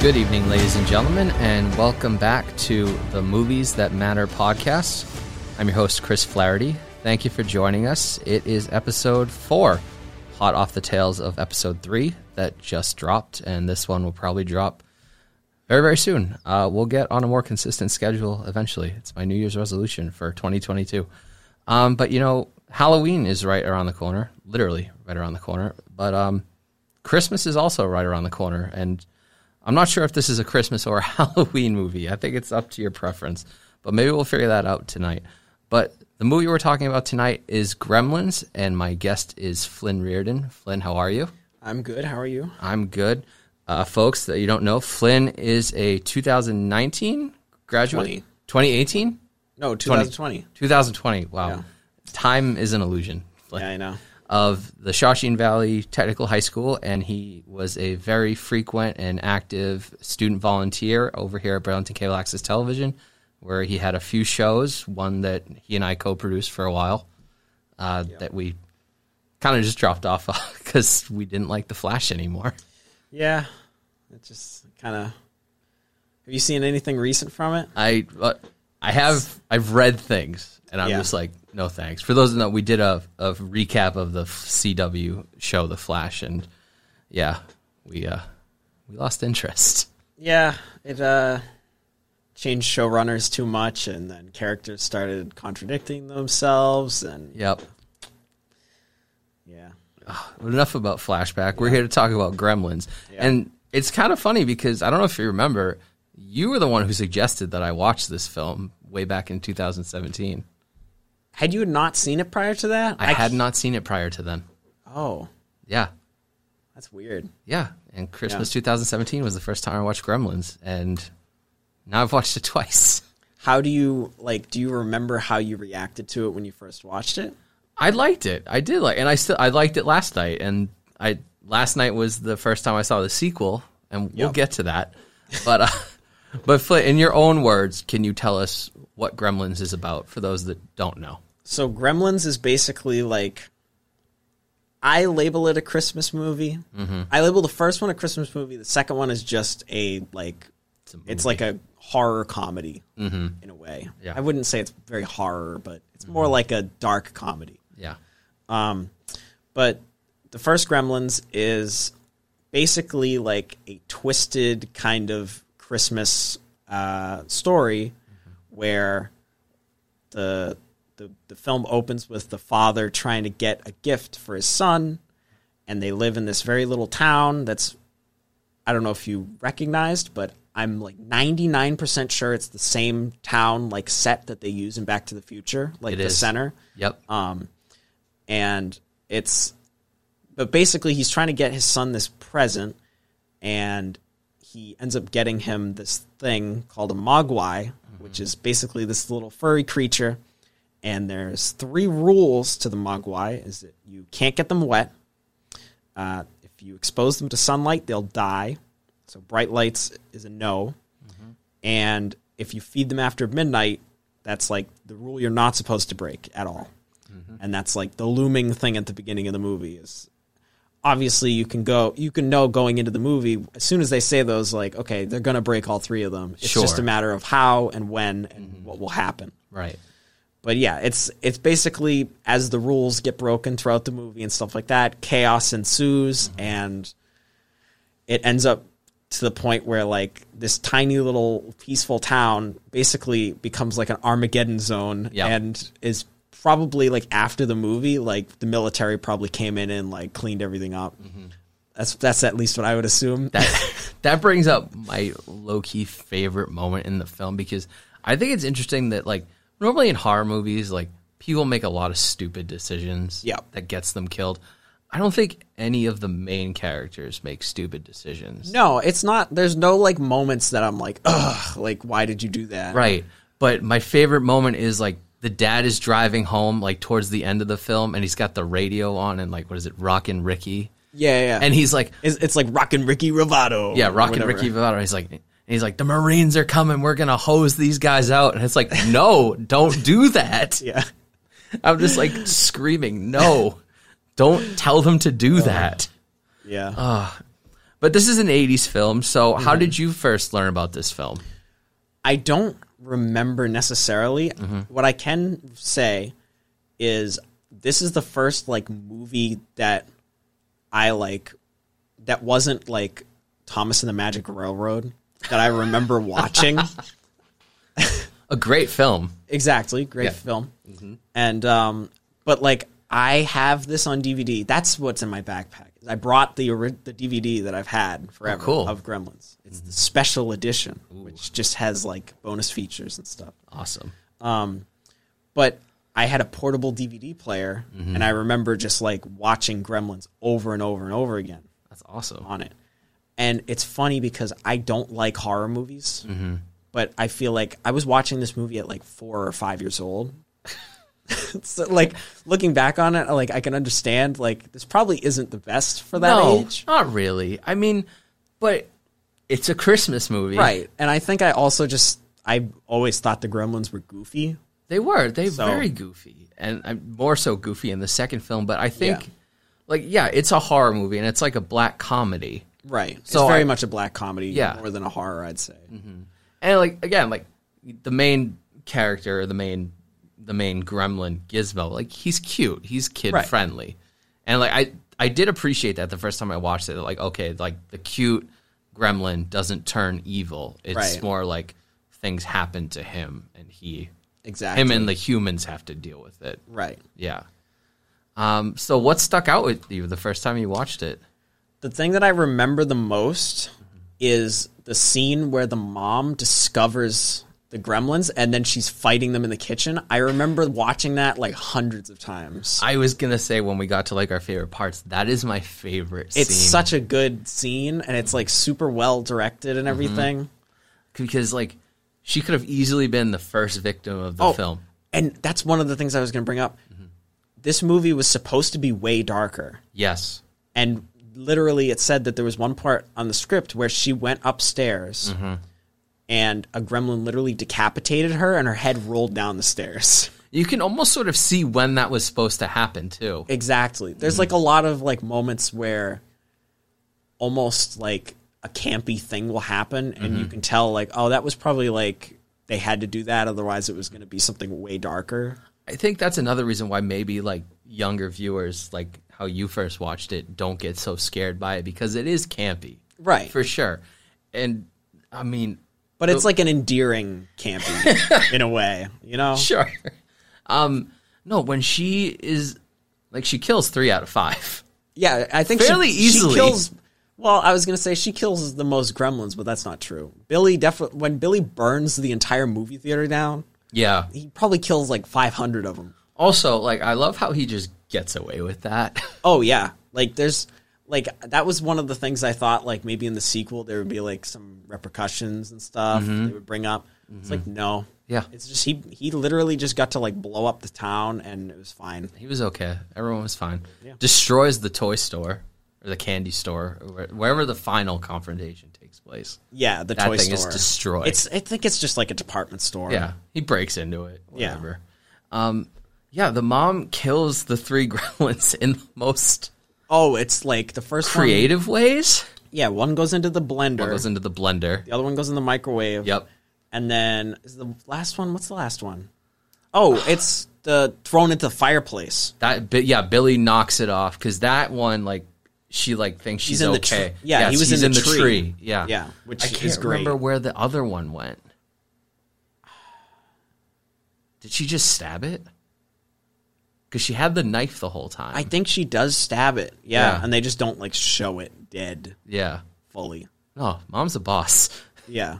Good evening, ladies and gentlemen, and welcome back to the Movies That Matter podcast. I'm your host, Chris Flaherty. Thank you for joining us. It is episode four, hot off the tails of episode three that just dropped, and this one will probably drop very, very soon. Uh, we'll get on a more consistent schedule eventually. It's my New Year's resolution for 2022. Um, but you know, Halloween is right around the corner, literally right around the corner. But um, Christmas is also right around the corner, and I'm not sure if this is a Christmas or a Halloween movie. I think it's up to your preference, but maybe we'll figure that out tonight. But the movie we're talking about tonight is Gremlins, and my guest is Flynn Reardon. Flynn, how are you? I'm good. How are you? I'm good. Uh, folks that you don't know, Flynn is a 2019 graduate. Twenty. 2018? No, 2020. 2020. Wow. Yeah. Time is an illusion. Flynn. Yeah, I know. Of the Shawshene Valley Technical High School, and he was a very frequent and active student volunteer over here at Burlington Cable Access Television, where he had a few shows, one that he and I co produced for a while, uh, that we kind of just dropped off because we didn't like The Flash anymore. Yeah, it just kind of. Have you seen anything recent from it? I uh, I have I've read things and I'm Yeah. just like no thanks. For those that know, we did a, a recap of the CW show The Flash, and yeah, we uh, we lost interest. Yeah, it uh, changed showrunners too much, and then characters started contradicting themselves, and Yep. yeah, But enough about flashback. We're here to talk about Gremlins, and it's kind of funny because I don't know if you remember, you were the one who suggested that I watch this film way back in 2017. had you not seen it prior to that? I, had not seen it prior to then. Oh, Yeah, that's weird. Yeah, and Christmas 2017 was the first time I watched Gremlins, and now I've watched it twice. How do you like? Do you remember how you reacted to it when you first watched it? I liked it. I did like, and I still I liked it last night, and I last night was the first time I saw the sequel, and we'll Yep. get to that. But uh, but Flint, in your own words, can you tell us what Gremlins is about for those that don't know? So Gremlins is basically like I label it a Christmas movie. Mm-hmm. I label the first one a Christmas movie. The second one is just a like it's, a Mm-hmm. like a horror comedy in a way. Yeah. Mm-hmm. I wouldn't say it's very horror, but it's more like a dark comedy. Yeah, Um, but the first Gremlins is basically like a twisted kind of Christmas uh, story where the, the the film opens with the father trying to get a gift for his son, and they live in this very little town that's I don't know if you recognized, but I'm like 99% sure it's the same town like set that they use in Back to the Future, like It the is. center yep, and it's but basically he's trying to get his son this present and he ends up getting him this thing called a mogwai which is basically this little furry creature and there's three rules to the mogwai is that you can't get them wet uh, if you expose them to sunlight they'll die so bright lights is a no and if you feed them after midnight that's like the rule you're not supposed to break at all and that's like the looming thing at the beginning of the movie is obviously you can go you can know going into the movie as soon as they say those like okay they're going to break all three of them it's just Sure. a matter of how and when and what will happen right. but yeah, it's it's basically as the rules get broken throughout the movie and stuff like that, chaos ensues and it ends up to the point where like this tiny little peaceful town basically becomes like an Armageddon zone Yeah. and is probably like after the movie, like the military probably came in and like cleaned everything up. That's that's at least what I would assume. Mm-hmm. that that brings up my low key favorite moment in the film because I think it's interesting that like normally in horror movies like people make a lot of stupid decisions Yep. that gets them killed. I don't think any of the main characters make stupid decisions. no, it's not there's no like moments that I'm like, ugh, like why did you do that? Right. But my favorite moment is like the dad is driving home like towards the end of the film and he's got the radio on and like what is it Rockin' Ricky Yeah, yeah. and he's like It's, it's like Rockin' Ricky Rovato. Yeah, or Rocket whatever. Ricky Vivado. He's like, and he's like, the Marines are coming. We're gonna hose these guys out. And it's like, no, don't do that. Yeah. I'm just like Uh-huh. screaming, no, don't tell them to do that. Yeah. But But this is an 80s film, so how Mm-hmm. did you first learn about this film? I don't remember necessarily. Mm-hmm. What I can say is this is the first like movie that I like that wasn't like Thomas and the Magic Railroad that I remember watching. A great film. Exactly, great film. And um, but like I have this on DVD. That's what's in my backpack. I brought the ori- the DVD that I've had forever cool. of Gremlins. It's the special edition, which just has like bonus features and stuff. Awesome. But I had a portable DVD player, and I remember just like watching Gremlins over and over and over again That's awesome. on it. And it's funny because I don't like horror movies, but I feel like I was watching this movie at like four or five years old. so like looking back on it, like I can understand like this probably isn't the best for that no, age, not really. I mean, but it's a Christmas movie, right? And I think I also just I always thought the Gremlins were goofy. They were. They very goofy, and uh, more so goofy in the second film. But I think, Yeah. like, yeah, it's a horror movie, and it's like a black comedy. Right. So it's very I- much a black comedy Yeah. Mm-hmm. more than a horror, I'd say. And like again, like the main character, the main, the main gremlin Gizmo, like he's cute, he's kid friendly, and like I, I did appreciate that the first time I watched it. Like, okay, like the cute gremlin doesn't turn evil. It's Right. more like things happen to him, and he, Exactly. him, and the humans have to deal with it. right. Yeah. Um, so what stuck out with you the first time you watched it? the thing that I remember the most is the scene where the mom discovers the gremlins and then she's fighting them in the kitchen. I remember watching that like hundreds of times. I was gonna say when we got to like our favorite parts, that is my favorite It's scene such a good scene and it's like super well directed and everything. because like she could have easily been the first victim of the Oh, film. And that's one of the things I was going to bring up. This movie was supposed to be way darker. Yes. and literally it said that there was one part on the script where she went upstairs and a gremlin literally decapitated her and her head rolled down the stairs You can almost sort of see when that was supposed to happen too. exactly there's like a lot of like moments where almost like a campy thing will happen and you can tell like oh that was probably like they had to do that otherwise it was going to be something way darker I think that's another reason why maybe like younger viewers, like how you first watched it, don't get so scared by it because it is campy. Right. For sure. And I mean, but it's like an endearing campy in a way you know sure. Um, no, when she is like she kills three out of five. Yeah, I think Fairly she, she easily. kills. Well, I was gonna say she kills the most gremlins, but that's not true. Billy definitely when Billy burns the entire movie theater down, Yeah. he probably kills like five hundred of them. Also, like I love how he just gets away with that. Oh yeah, like there's like that was one of the things I thought like maybe in the sequel there would be like some repercussions and stuff they would bring up. It's like no, Mm-hmm. Yeah. it's just he he literally just got to like blow up the town and it was fine. he was okay. Everyone was fine. Destroys the toy store or the candy store or where- wherever the final confrontation takes place. Yeah, the That toy thing is store destroyed. It's I think it's just like a department store. Yeah. He breaks into it. Yeah. Whatever. Um yeah, the mom kills the three gremlins in the most Oh, it's like the first one- creative ways. Yeah, one goes into the blender. Goes into the blender. The other one goes in the microwave. Yep. And then is the last one? What's the last one? Oh, it's the thrown into the fireplace. That but yeah, Billy knocks it off because that one like she like thinks she's, in the tr- okay. yeah, he Yes, was in he's the tree. Yeah, Yeah, which I can't is great. remember where the other one went. Did she just stab it? Because she had the knife the whole time. I think she does stab it. Yeah, Yeah. and they just don't like show it dead yeah. fully. Oh, mom's a boss. Yeah.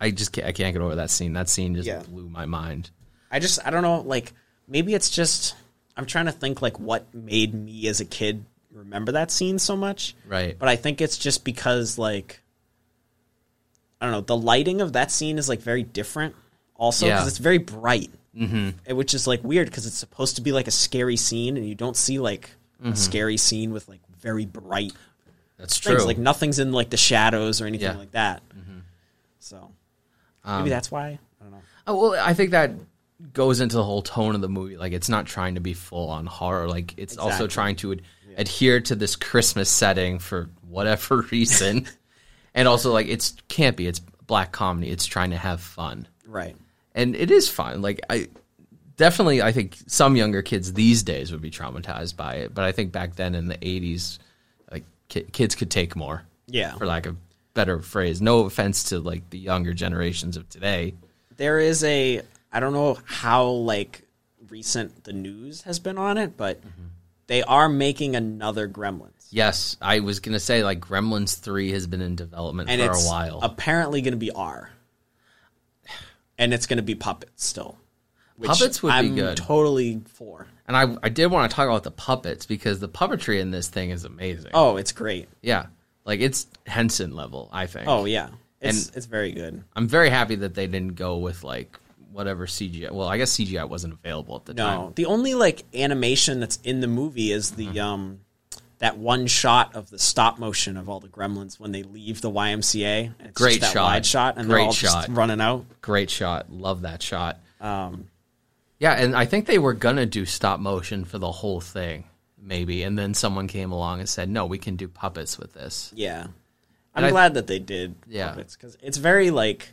I just can't, I can't get over that scene. That scene just Yeah. blew my mind. I just I don't know like maybe it's just I'm trying to think like what made me as a kid remember that scene so much. Right. But I think it's just because like I don't know, the lighting of that scene is like very different also Yeah. cuz it's very bright. Mm-hmm. Which is like weird cuz it's supposed to be like a scary scene and you don't see like Mm-hmm. a scary scene with like very bright That's true. things like nothing's in like the shadows or anything Yeah. Mm-hmm. Um, like that. So maybe that's why. I don't know. Oh, well, I think that goes into the whole tone of the movie. Like it's not trying to be full on horror. Like it's also Exactly. trying to ad- adhere to this Christmas setting for whatever reason. and also like it's campy. It's black comedy. It's trying to have fun. Right. And it is fun. Like I definitely I think some younger kids these days would be traumatized by it, but I think back then in the 80s like ki- kids could take more Yeah. for lack of better phrase. No offense to like the younger generations of today. There is a I don't know how like recent the news has been on it, but Mm-hmm. they are making another Gremlins. Yes, I was gonna say like Gremlins Three has been in development And for it's a while. apparently going to be R. And it's going to be puppets still. Which Puppets would be I'm good. totally for. and I, I did want to talk about the puppets because the puppetry in this thing is amazing. Oh, it's great. Yeah, like it's Henson level. I think. Oh yeah. It's it's very good. I'm very happy that they didn't go with like whatever CGI. Well, I guess CGI wasn't available at the No, time. Mm-hmm. the only like animation that's in the movie is the um that one shot of the stop motion of all the gremlins when they leave the YMCA. It's just Great that shot. wide shot, and Great they're all shot. just running out. Great shot. Love that shot. Um, yeah, and I think they were gonna do stop motion for the whole thing, maybe, and then someone came along and said, "No, we can do puppets with this." Yeah, I- I'm glad that they did Yeah. puppets because it's very like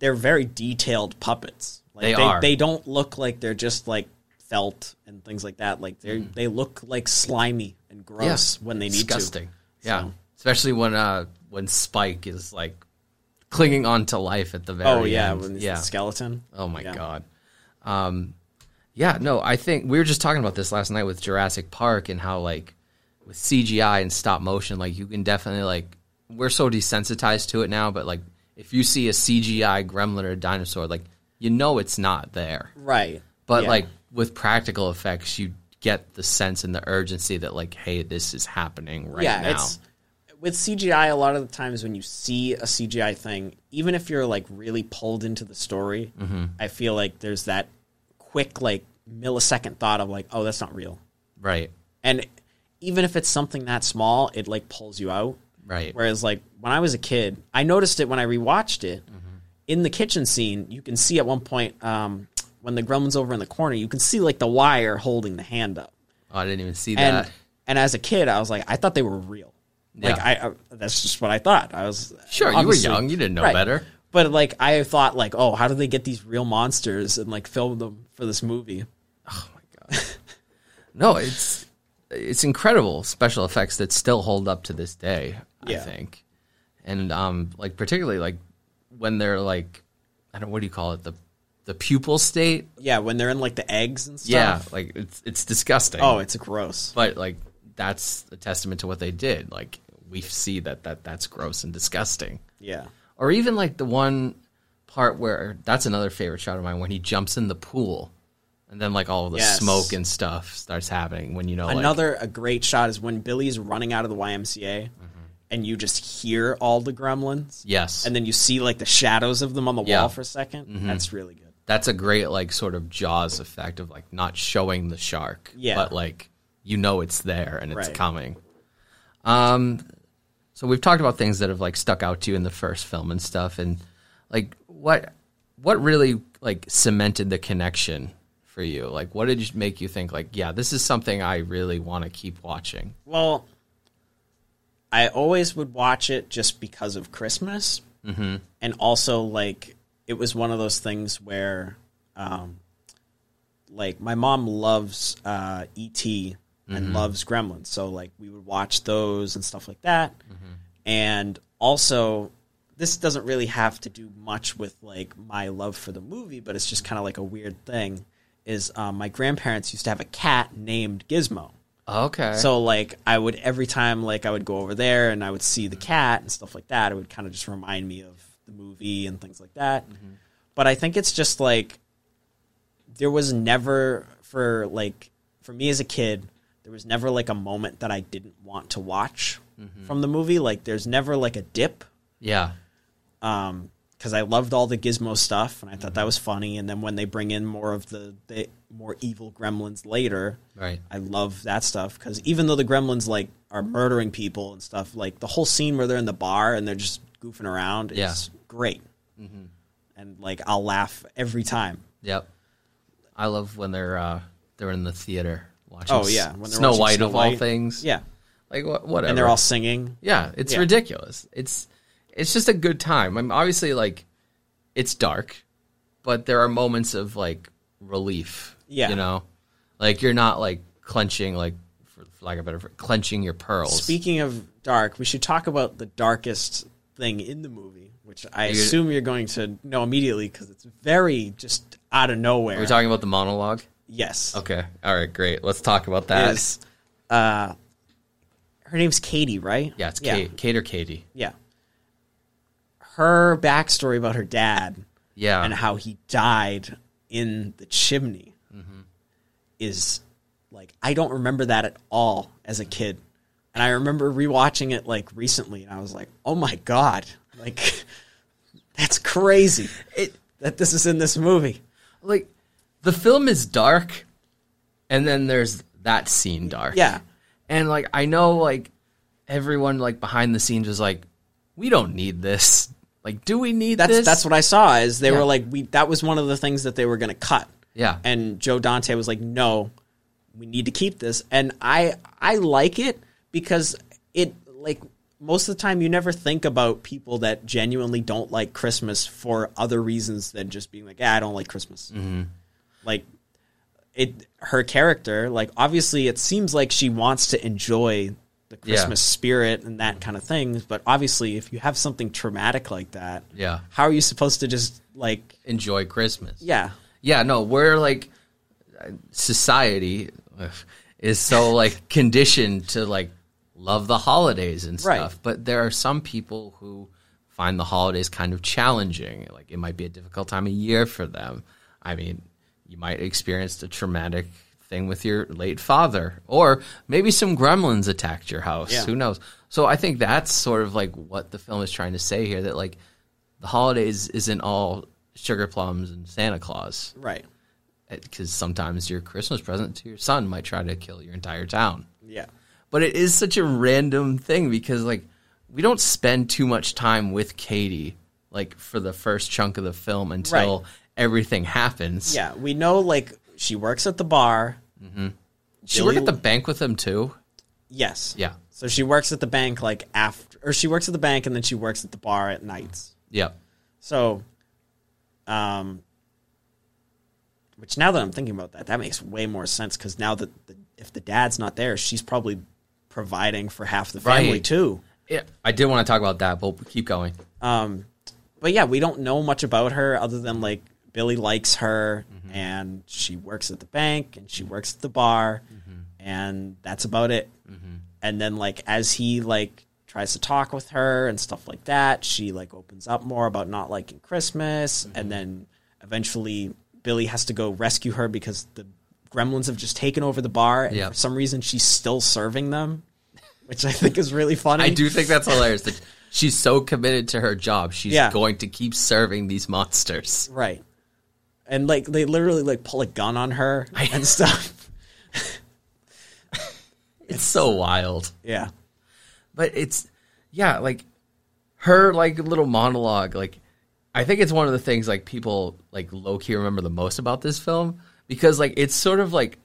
they're very detailed puppets. Like, They are. They don't look like they're just like felt and things like that. Like they are Mm. they look like slimy and gross when they need disgusting. to. Yeah, So- especially when uh when Spike is like clinging on to life at the very Oh yeah, end. when it's yeah. the skeleton. oh my Yeah. god. Um, yeah, no, I think we were just talking about this last night with Jurassic Park and how like with CGI and stop motion, like you can definitely like we're so desensitized to it now, but like if you see a CGI gremlin or dinosaur, like you know it's not there. Right. But Yeah. like with practical effects, you get the sense and the urgency that like, hey, this is happening right yeah, now. it's with CGI. A lot of the times when you see a CGI thing, even if you're like really pulled into the story, Mm-hmm. I feel like there's that quick like millisecond thought of like, oh, that's not real. right. And even if it's something that small, it like pulls you out. Right. Whereas like when I was a kid, I noticed it when I rewatched it. Mm-hmm. In the kitchen scene, you can see at one point um, when the gremlin's over in the corner, you can see like the wire holding the hand up. Oh, I didn't even see and that. and as a kid, I was like, I thought they were real. Like Yeah. I, I, that's just what I thought. I was Sure, you were obviously- young, you didn't know Right. better. But like I thought, like, oh, how do they get these real monsters and like film them for this movie? No, it's it's incredible special effects that still hold up to this day. I Yeah. think, and um, like particularly like when they're like, I don't what do you call it the the pupil state? Yeah, when they're in like the eggs and stuff. Yeah, like it's it's disgusting. Oh, it's gross. but like that's a testament to what they did. Like we see that that that's gross and disgusting. Yeah. or even like the one part where that's another favorite shot of mine when he jumps in the pool and then like all the Yes. smoke and stuff starts happening when you know like, Another a great shot is when Billy's running out of the YMCA, Mm-hmm. and you just hear all the gremlins. yes And and then you see like the shadows of them on the Yeah. Mm-hmm. wall for a 2nd That's really good. that's a great like sort of jaws effect of like not showing the shark Yeah. but like you know it's there and it's Right. coming um so we've talked about things that have like stuck out to you in the first film and stuff and like what what really like cemented the connection for you like what did you make you think like yeah this is something i really want to keep watching Well, I always would watch it just because of Christmas, mm-hmm. and also like it was one of those things where, um, like my mom loves uh, ET and loves Gremlins, so like we would watch those and stuff like that, and also. This doesn't really have to do much with like my love for the movie, but it's just kind of like a weird thing. Is um, my grandparents used to have a cat named Gizmo, okay so so like I would every time like I would go over there and I would see the cat and stuff like that. It would kind of just remind me of the movie and things like that. But I think it's just like there was never for like for me as a kid, there was never like a moment that I didn't want to watch from the movie. Like there's never like a dip yeah because um, I loved all the Gizmo stuff and I Mm-hmm. thought that was funny. And then when they bring in more of the, the more evil gremlins later, Right. I love that stuff because even though the gremlins like are murdering people and stuff, like the whole scene where they're in the bar and they're just goofing around Yeah. is great. And like I'll laugh every time. yep I love when they're uh, they're in the theater watching. Oh yeah, when when they're Snow watching White Snow of all White. things. Yeah, like wha- whatever. and they're all singing. Yeah, it's Yeah. ridiculous. It's it's just a good time. I'm obviously like it's dark, but there are moments of like relief. Yeah. you know, like you're not like clenching like for for lack of a better word, clenching your pearls. Speaking of dark, we should talk about the darkest thing in the movie, which I You're- assume you're going to know immediately because it's very just out of nowhere. We're talking about the monologue. yes, Okay, all right, great. Let's talk about that. is uh, her name's Katie, right? yeah, it's yeah, Kate, Kate or Katie. yeah. Her backstory about her dad Yeah, and how he died in the chimney Mm-hmm. is like I don't remember that at all as a kid, and I remember rewatching it like recently, and I was like, oh my god, like that's crazy it that this is in this movie. like the film is dark, and then there's that scene dark. Yeah, And like I know like everyone like behind the scenes was like, we don't need this. Like, do we need that's this? that's what I saw. Is they Yeah. were like we that was one of the things that they were going to cut. Yeah. and Joe Dante was like, "No, we need to keep this." And I I like it because it like most of the time you never think about people that genuinely don't like Christmas for other reasons than just being like, "Yeah, I don't like Christmas." Mm-hmm. Like it her character, like obviously it seems like she wants to enjoy the Yeah. Christmas spirit and that kind of thing, but obviously if you have something traumatic like that, Yeah. how are you supposed to just like enjoy Christmas. yeah, Yeah, no, we're like society ugh, is so like conditioned to like love the holidays and Right. stuff. But there are some people who find the holidays kind of challenging. Like it might be a difficult time of year for them. I mean, you might experience a traumatic thing with your late father or maybe some gremlins attacked your house. Yeah. Who knows? So I think that's sort of like what the film is trying to say here that like the holidays isn't all sugar plums and Santa Claus right. because sometimes your Christmas present to your son might try to kill your entire town. Yeah. But it is such a random thing because like we don't spend too much time with Katie like for the first chunk of the film until everything happens. Yeah, we know like she works at the bar. She worked at the bank with him too. Yes. Yeah. So she works at the bank like after, or she works at the bank and then she works at the bar at nights. Yeah. So, um, which now that I'm thinking about that, that makes way more sense because now that the, if the dad's not there, she's probably providing for half the family Right. too. Yeah. I did want to talk about that, but keep going. Um, but yeah, we don't know much about her other than like Billy likes her Mm-hmm. and she works at the bank and she works at the bar Mm-hmm. and that's about it. And then like as he like tries to talk with her and stuff like that, she like opens up more about not liking Christmas Mm-hmm. and then eventually Billy has to go rescue her because the gremlins have just taken over the bar and Yeah. for some reason she's still serving them, which I think is really funny. I do think that's hilarious that she's so committed to her job. She's Yeah. going to keep serving these monsters. Right. And like they literally like pull a gun on her and stuff. It's so wild. Yeah. but it's yeah like her like little monologue like i think it's one of the things like people like low-key remember the most about this film because like it's sort of like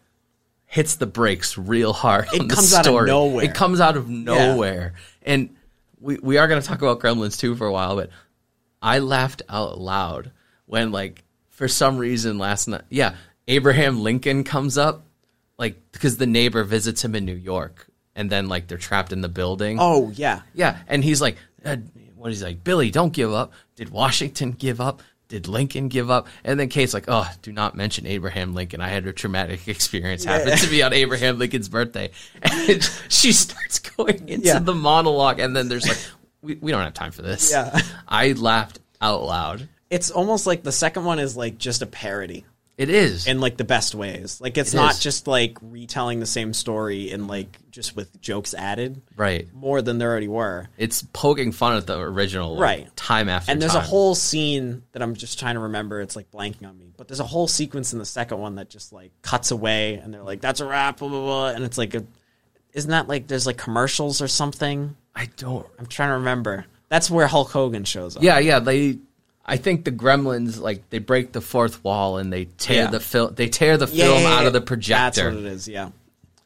hits the brakes real hard it comes out of nowhere. it comes out of nowhere and we, we are going to talk about gremlins too for a while but i laughed out loud when like for some reason last night yeah abraham lincoln comes up like because the neighbor visits him in new york and then like they're trapped in the building Oh yeah. yeah, and he's like, uh, what is he like? Billy, don't give up. Did Washington give up? Did Lincoln give up? And then Kate's like, oh, do not mention Abraham Lincoln. I had a traumatic experience happen to be on Abraham Lincoln's birthday. And she starts going into Yeah. the monologue, and then there's like, we, we don't have time for this. Yeah. I laughed out loud. It's almost like the second one is like just a parody It is. in like the best ways. Like it's not is. just like retelling the same story and like just with jokes added. right. More than there already were. It's poking fun at the original like, Right. time after And there's a time. whole scene that I'm just trying to remember. It's like blanking on me. But there's a whole sequence in the second one that just like cuts away and they're like, that's a wrap, blah, blah, blah. And it's like, a, isn't that like there's like commercials or something? I don't. I'm trying to remember. That's where Hulk Hogan shows up. Yeah, yeah. They I think the Gremlins like they break the fourth wall and they tear Yeah. the film. They tear the film out of the projector. That's what it is. Yeah.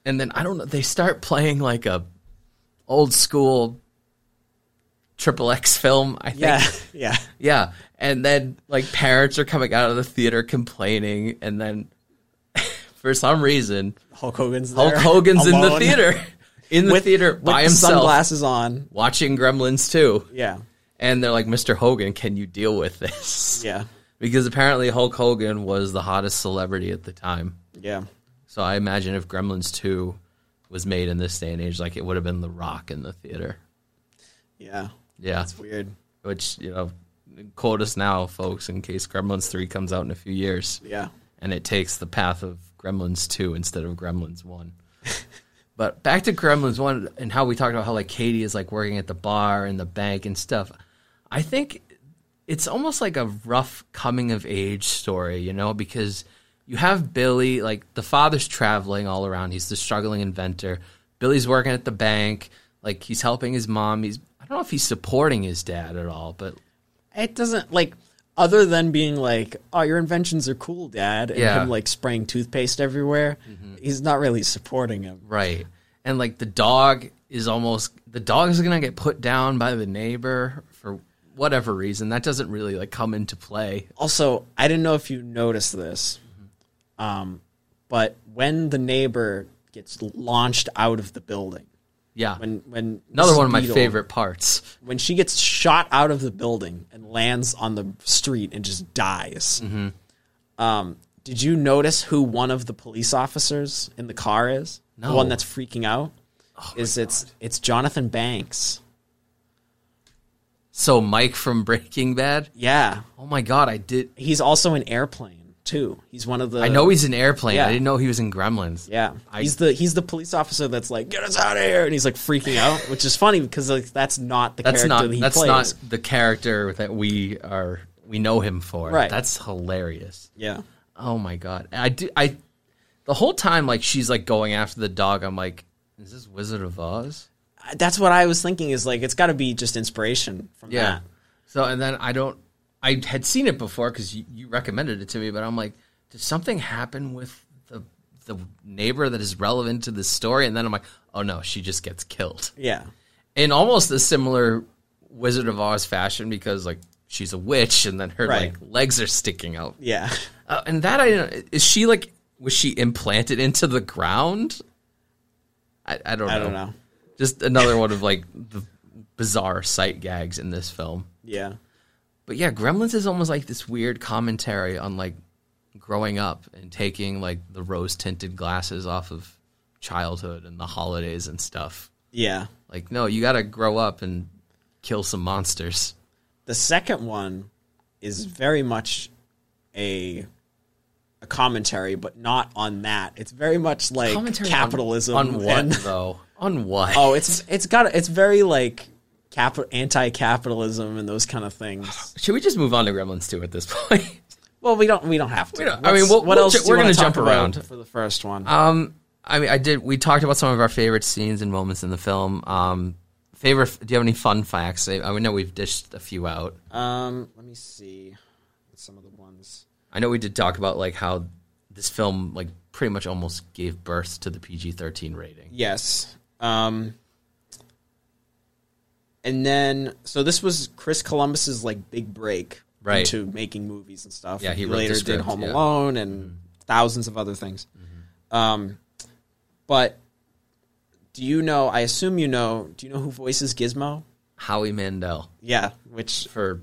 and then I don't know. They start playing like a old school triple X film. I think. Yeah. yeah. Yeah. And then like parents are coming out of the theater complaining, and then for some reason Hulk Hogan's there. Hulk Hogan's in the alone, theater, in the with, theater with by the himself, Sunglasses on. watching Gremlins too. Yeah. And they're like, Mr. Hogan, can you deal with this? Yeah. Because apparently Hulk Hogan was the hottest celebrity at the time. Yeah. So I imagine if Gremlins 2 was made in this day and age, like it would have been The Rock in the theater. Yeah. Yeah. It's weird. Which, you know, quote us now, folks, in case Gremlins 3 comes out in a few years Yeah. and it takes the path of Gremlins 2 instead of Gremlins 1. but back to Gremlins 1 and how we talked about how like Katie is like working at the bar and the bank and stuff. I think it's almost like a rough coming of age story, you know, because you have Billy, like the father's traveling all around. He's the struggling inventor. Billy's working at the bank, like he's helping his mom. He's I don't know if he's supporting his dad at all, but It doesn't like other than being like, "Oh, your inventions are cool, Dad," and Yeah. Mm-hmm. him like spraying toothpaste everywhere. He's not really supporting him. Right. And like the dog is almost the dog is gonna get put down by the neighbor for whatever reason. That doesn't really like come into play. Also, I didn't know if you noticed this, um, but when the neighbor gets launched out of the building, Yeah. when when Another Mrs. one of my Beadle- favorite parts. when she gets shot out of the building and lands on the street and just dies. Mm-hmm. Um, did you notice who one of the police officers in the car is? No. Oh The one that's freaking out is it's it's Jonathan Banks. So Mike from Breaking Bad. Yeah, Oh my god, I did he's also in Airplane too. He's one of the. I know he's in airplane. Yeah. I didn't know he was in Gremlins. Yeah, he's the he's the police officer that's like, "Get us out of here!" and he's like freaking out, which is funny because like that's not the That's character not that he that's plays. not the character that we are we know him for. Right. That's hilarious. yeah, Oh my god. I do I the whole time like she's like going after the dog, I'm like, is this Wizard of Oz? that's what I was thinking. Is like it's got to be just inspiration from Yeah. that. So and then I don't. I had seen it before because you, you recommended it to me, but I'm like, did something happen with the the neighbor that is relevant to this story? And then I'm like, oh no, she just gets killed Yeah. in almost a similar Wizard of Oz fashion because like she's a witch and then her Right. like legs are sticking out. Yeah. Uh, and that I don't- is she like was she implanted into the ground? I, I don't. I don't know. Just another one of like the bizarre sight gags in this film. Yeah. But yeah, Gremlins is almost like this weird commentary on like growing up and taking like the rose tinted glasses off of childhood and the holidays and stuff. Yeah. Like, no, you gotta grow up and kill some monsters. The second one is very much a a commentary, but not on that. It's very much like Commentary on- capitalism on, what and- though? On what? oh, it's it's got it's very like capital anti-capitalism and those kind of things. Should we just move on to Gremlins two at this point? Well, we don't we don't have to. We don't- I Let's- mean, we'll- what we'll else? ju- do you we're wanna gonna talk jump about around. for the first one. Um, I mean, I did. We talked about some of our favorite scenes and moments in the film. Um, favorite? Do you have any fun facts? I, I know we've dished a few out. um, let me see some of the ones. I know we did talk about like how this film like pretty much almost gave birth to the PG thirteen rating. Yes. Um, and then, so this was Chris Columbus's like big break Right. into making movies and stuff. Yeah, he wrote the later script, did Home yeah. Mm-hmm. Alone and thousands of other things. Um, but do you know? I assume you know. Do you know who voices Gizmo? Howie Mandel Yeah, which for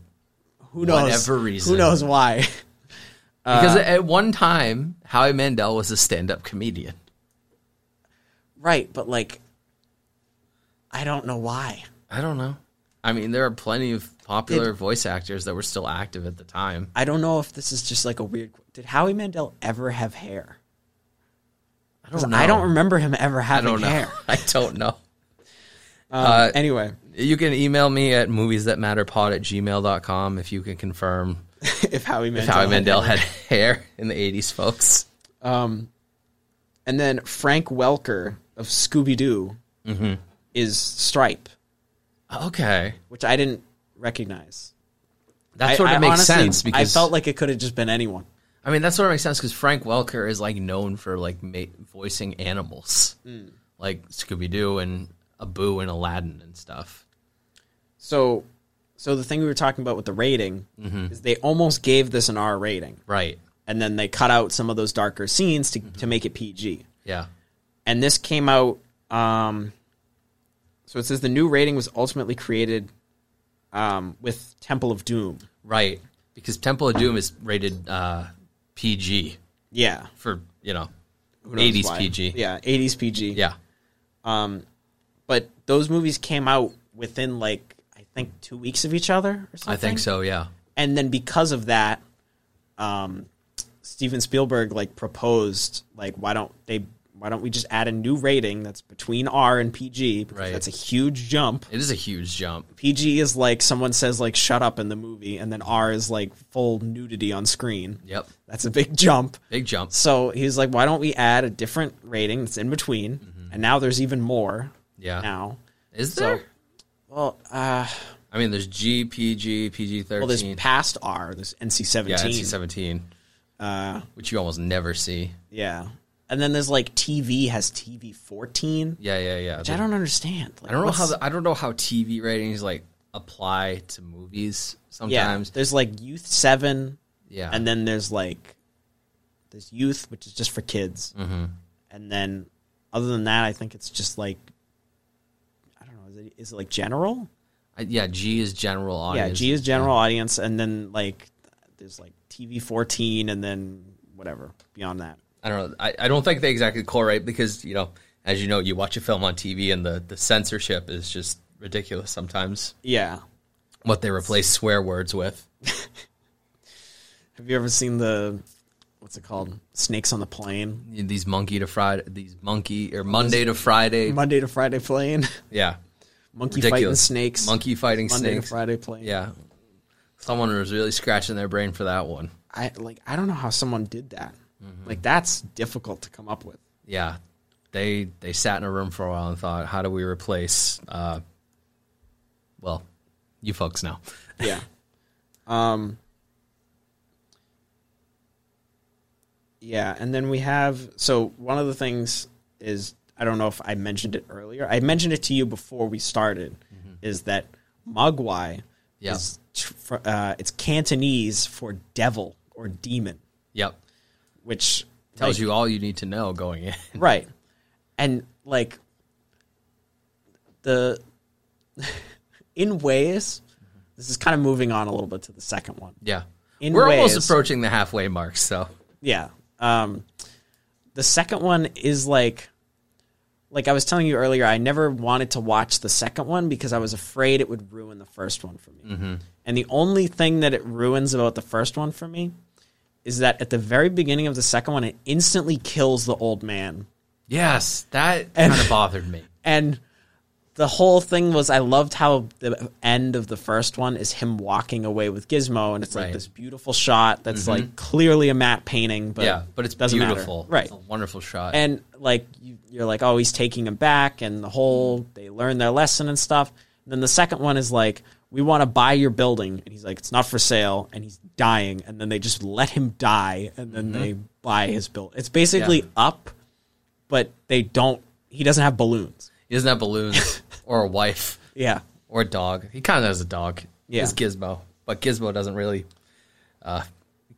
who knows? Whatever reason. who knows why? because at one time Howie Mandel was a stand up comedian. right, but like, I don't know why. I don't know. I mean, there are plenty of popular voice actors that were still active at the time. I don't know if this is just like a weird. Did Howie Mandel ever have hair? I 'Cause don't know. I don't remember him ever I having don't know. hair. I don't know. Um, Uh, anyway, You can email me at moviesthatmatterpod at gmail.com if you can confirm if Howie Mandel. Howie Mandel had hair in the 80s, folks. Um, and then Frank Welker of Scooby Doo Mm-hmm. is Stripe, Okay. which I didn't recognize. That I- sort of I makes honestly- sense I because felt like it could have just been anyone. I mean that sort of makes sense because Frank Welker is like known for like ma- voicing animals, Mm. like Scooby Doo and Abu and Aladdin and stuff. So, so the thing we were talking about with the rating Mm-hmm. is they almost gave this an R rating, Right? and then they cut out some of those darker scenes to to make it PG. Yeah. and this came out um so it says the new rating was ultimately created um with temple of doom Right. Because Temple of Doom is rated uh, PG yeah for you know Who knows eighties why. PG. yeah 80s pg Yeah. but those movies came out within like i think two weeks of each other or something I think so. Yeah. and then because of that um steven spielberg like proposed like why don't they why don't we just add a new rating that's between r and pg because Right. that's a huge jump It is a huge jump. PG is like someone says like shut up in the movie, and then R is like full nudity on screen. Yep. That's a big jump. Big jump. So he's like, why don't we add a different rating that's in between? And now there's even more. Mm-hmm. Yeah. Now, Is So- there? well, uh, I mean, there's G, PG, PG well, there's thirteen. past R, there's NC yeah, seventeen. NC seventeen. Uh, which you almost never see. yeah, and then there's like TV has TV fourteen, Yeah, yeah, yeah. which I don't understand. Like, I don't know how what's- the, I don't know how TV ratings like apply to movies yeah, sometimes. there's like youth seven, Yeah. and then there's like there's youth, which is just for kids, mm-hmm. and then other than that, I think it's just like I don't know, is it, is it like general? I- yeah, G is general Yeah, audience. G is general audience, and then like there's like TV fourteen, and then whatever beyond that. I don't know. I, I don't think they exactly correlate because you know, as you know, you watch a film on TV and the the censorship is just ridiculous sometimes. Yeah, What they replace swear words with. have you ever seen the what's it called? Snakes on the plane, These monkey to Friday, these monkey or Monday to Friday. Monday to Friday plane, Yeah, monkey fighting ridiculous. snakes, monkey fighting Monday snakes. to Friday plane. Yeah, someone was really scratching their brain for that one. I like I don't know how someone did that. Mm-hmm. Like that's difficult to come up with. yeah, they they sat in a room for a while and thought, how do we replace? Uh, well, you folks know. Yeah. um. Yeah, and then we have so one of the things is I don't know if I mentioned it earlier. I mentioned it to you before we started. Is that Mogwai? Mm-hmm. Yeah. Is tr- fr- uh, it's Cantonese for devil or demon, Yep, which tells like, you all you need to know going in. right and like the in ways this is kind of moving on a little bit to the second one yeah, In we're almost ways- approaching the halfway mark. So yeah um the second one is like like i was telling you earlier i never wanted to watch the second one because i was afraid it would ruin the first one for me and the only thing that it ruins about the first one for me is that at the very beginning of the second one it instantly kills the old man yes, that kind of bothered me. and the whole thing was I loved how the end of the first one is him walking away with Gizmo, and it's like Right. Mm-hmm. this beautiful shot that's like clearly a matte painting, but yeah, but it's doesn't matter. beautiful. right? It's a wonderful shot. And like you, you're like, oh, he's taking him back, and the whole they learn their lesson and stuff. And then the second one is like, we want to buy your building, and he's like, it's not for sale, and he's dying, and then they just let him die, and then they buy his build. It's basically Mm-hmm. Yeah. up, but they don't. He doesn't have balloons. he doesn't have balloons or a wife Yeah. or a dog. He kind of has a dog. Yeah. it's Gizmo, but Gizmo doesn't really uh,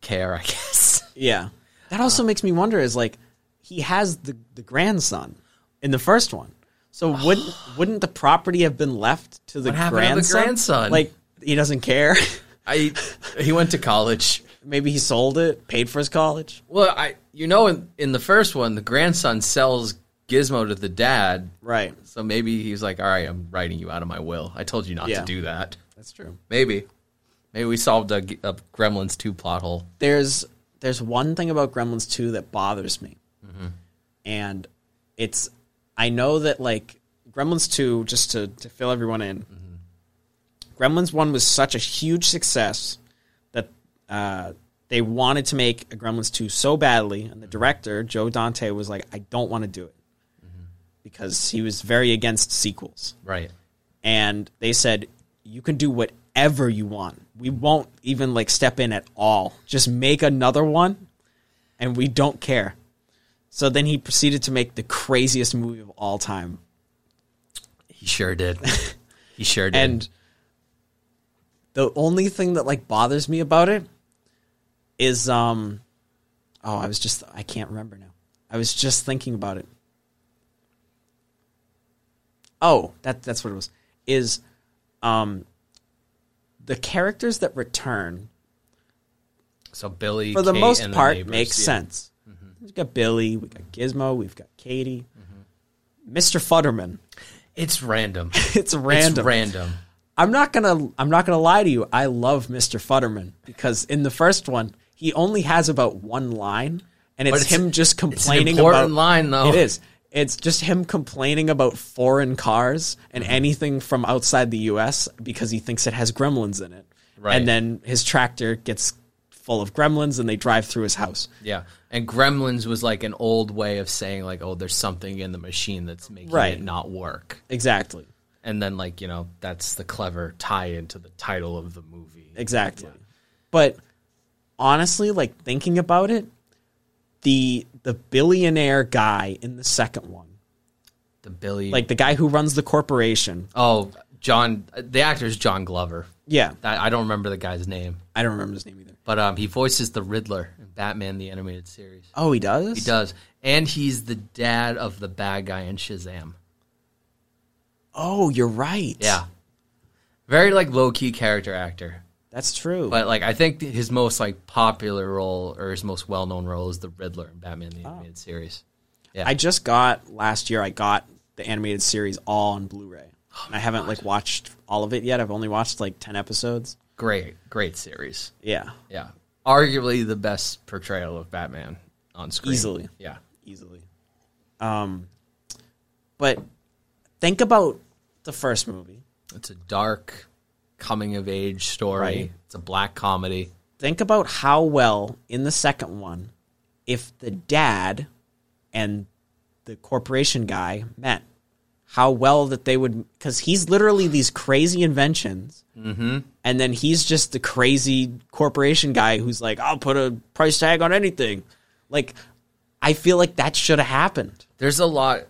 care, I guess. Yeah. That also makes me wonder is like he has the, the grandson in the first one. So would wouldn't the property have been left to the What happened to the grandson? grandson? Like he doesn't care. I he went to college. Maybe he sold it, paid for his college. Well, I you know in, in the first one the grandson sells Gizmo to the dad, Right. so maybe he's like, "All right, I'm writing you out of my will. I told you not Yeah. to do that." That's true. Maybe, maybe we solved a, a Gremlins two plot hole. There's there's one thing about Gremlins 2 that bothers me. And it's I know that like Gremlins 2 just to to fill everyone in. Gremlins 1 was such a huge success that uh, they wanted to make a Gremlins 2 so badly, and the director, Joe Dante, was like, I don't want to do it. Because he was very against sequels. Right. And they said, You can do whatever whatever you want. We won't even like step in at all. Just make another one and we don't care. So then he proceeded to make the craziest movie of all time. He sure did. he sure did. And the only thing that like bothers me about it is um oh, I was just I can't remember now. I was just thinking about it. Oh, that that's what it was. Is um the characters that return so Billy, for the Kate, most and part neighbors, makes yeah. Mm-hmm. sense. We've got Billy, we've got Gizmo, we've got Katie, Mr. Futterman. It's random. It's Mm-hmm. It's random. random. I'm not gonna I'm not gonna lie to you. I love Mr. Futterman because in the first one he only has about one line, and it's, it's- him just complaining important about line, though. It is. It's just him complaining about foreign cars and Mm-hmm. anything from outside the U.S. because he thinks it has gremlins in it. Right. And then his tractor gets full of gremlins, and they drive through his house. Yeah. And Gremlins was like an old way of saying like, oh, there's something in the machine that's making Right. it not work. Exactly. And then like, you know, that's the clever tie into the title of the movie. Exactly. But honestly, like thinking about it, the the billionaire guy in the second one, The Billy like the guy who runs the corporation. Oh, John the actor's John Glover. Yeah, I, I don't remember the guy's name. I don't remember his name either. But um he voices the Riddler in Batman the animated series. Oh, he does. He does. And he's the dad of the bad guy in Shazam. Oh, you're right. Yeah. Very like low key character actor. that's true. But like I think th- his most like popular role or his most well known role is the Riddler in Batman the animated series. Yeah. I just got last year. I got the animated series all on Blu-ray. and I haven't like watched all of it yet. I've only watched like ten episodes. great, great series. Yeah, Yeah. Arguably the best portrayal of Batman on screen. Easily. Yeah. easily. Um, but think about the first movie. It's a dark coming of age story. Right. It's a black comedy. think about how well in the second one if the dad and the corporation guy met how well that they would because he's literally these crazy inventions mm-hmm. and then he's just the crazy corporation guy who's like i'll put a price tag on anything like i feel like that should have happened There's a lot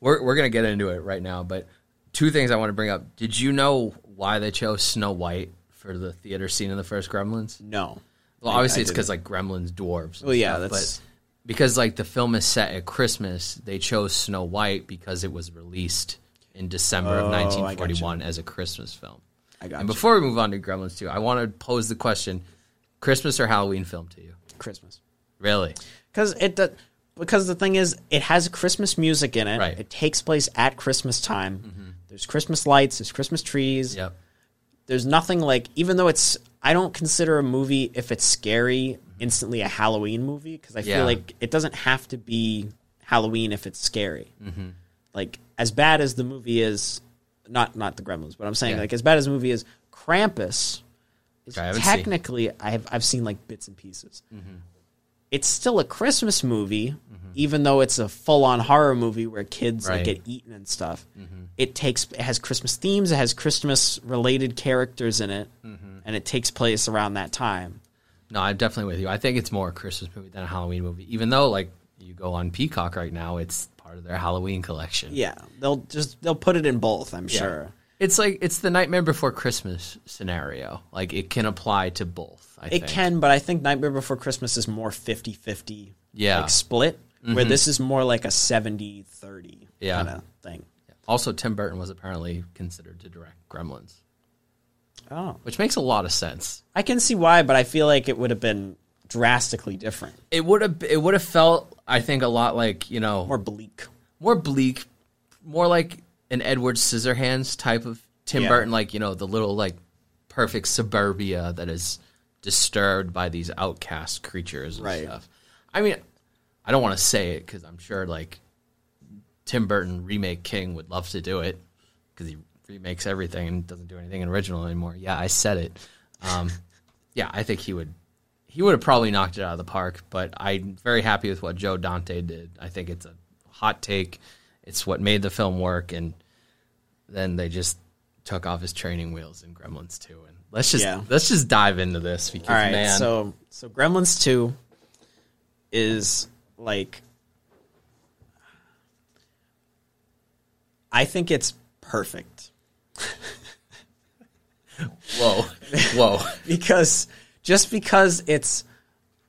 we're we're gonna get into it right now, but two things I want to bring up. Did you know why they chose Snow White for the theater scene in the first Gremlins? no Well, I- obviously I it's because like Gremlins, dwarves. and Well, yeah, stuff, that's- but because like the film is set at Christmas. They chose Snow White because it was released in December of 1941 as a Christmas film. Oh, i got And before we move on to Gremlins 2, I want to pose the question: Christmas or Halloween film to you? you. christmas Really? because it do- because the thing is it has christmas music in it Right. Mm-hmm. it takes place at christmas time there's christmas lights there's christmas trees Yep. there's nothing like even though it's i don't consider a movie if it's scary instantly a halloween movie because i Mm-hmm. Yeah. feel like it doesn't have to be halloween if it's scary Mm-hmm. like as bad as the movie is not not the gremlins but i'm saying Yeah. like as bad as the movie is krampus is Okay, I haven't seen. technically i've i've seen like bits and pieces it's still a christmas movie even though it's a full-on horror movie where kids Right. Mm-hmm. like get eaten and stuff it takes it has christmas themes it has christmas related characters in it Mm-hmm. and it takes place around that time No, I'm definitely with you. I think it's more a Christmas movie than a Halloween movie, even though like you go on Peacock right now, it's part of their Halloween collection. yeah they'll just they'll put it in both i'm sure It's like it's the Nightmare Before Christmas scenario. Like it can apply to both. I it think. can but i think nightmare before christmas is more 50-50 Yeah. Mm-hmm. like split where this is more like a 70-30 Yeah. kind of thing Also, Tim Burton was apparently considered to direct Gremlins, oh which makes a lot of sense. i can see why but i feel like it would have been drastically different It would have it would have felt, I think, a lot like you know more, more bleak bleak, more like an Edward Scissorhands type of Tim Yeah. Burton, like you know the little like perfect suburbia that is disturbed by these outcast creatures and Right. stuff. I mean, I don't want to say it because I'm sure like Tim Burton remake King would love to do it because he remakes everything and doesn't do anything original anymore. Yeah, I said it. Um, yeah, I think he would. He would have probably knocked it out of the park, but I'm very happy with what Joe Dante did. I think it's a hot take. It's what made the film work, and then they just took off his training wheels in Gremlins 2 and let's just Yeah. let's just dive into this because All right, man so so Gremlins Two is like, I think it's perfect whoa whoa because just because it's,